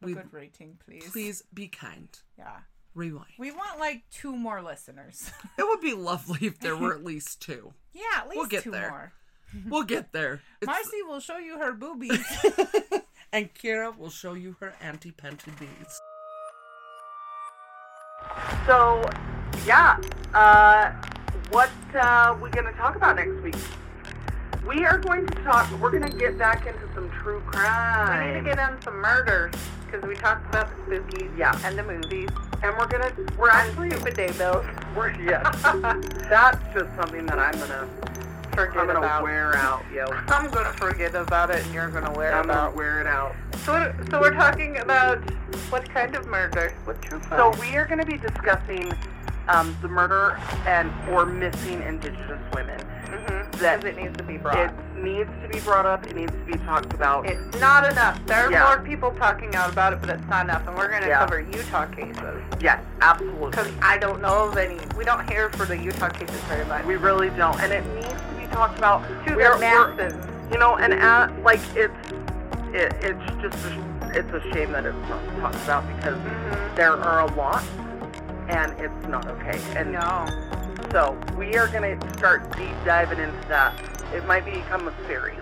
B: A
A: We-
B: good rating, please.
A: Please be kind.
B: Yeah.
A: Rewind.
B: We want like two more listeners.
A: It would be lovely if there were at least two.
B: yeah, at least
A: get
B: two
A: there.
B: more.
A: We'll get there. It's-
B: Marcy will show you her boobies.
A: and Kira will show you her anti panty beads.
D: So, yeah. Uh, what uh, we going to talk about next week? We are going to talk. We're going to get back into some true crime.
E: We need to get in some murders because we talked about the spookies
D: Yeah.
E: and the movies.
D: and we're going to. We're actually.
E: Stupid day bills.
D: We're yes. That's just something that I'm gonna.
E: Forget
D: I'm gonna
E: about.
D: wear out. Yeah.
E: I'm gonna forget about it, and you're gonna wear
D: I'm
E: about.
D: gonna wear it out.
E: So, what- so we're talking about what kind of murder? What true crime?
D: So we are going to be discussing um, the murder and or missing Indigenous women.
E: Mhm, 'cause
D: That
E: it needs to be brought.
D: It needs to be brought up. It needs to be talked about.
E: It's not enough. There are
D: Yeah.
E: more people talking out about it, but it's not enough. And we're going to
D: Yeah.
E: cover Utah cases
D: yes,
E: because
D: absolutely.
E: I don't know of any. We don't hear for the Utah cases very much.
D: We really don't, and it needs to be talked about
E: to
D: We're-
E: the
D: we're-
E: masses.
D: You know, and at, like it's it, it's just a, sh- it's a shame that it's not talked about because there are a lot, and it's not okay. And
E: No.
D: So we are going to start deep diving into that. It might become a series.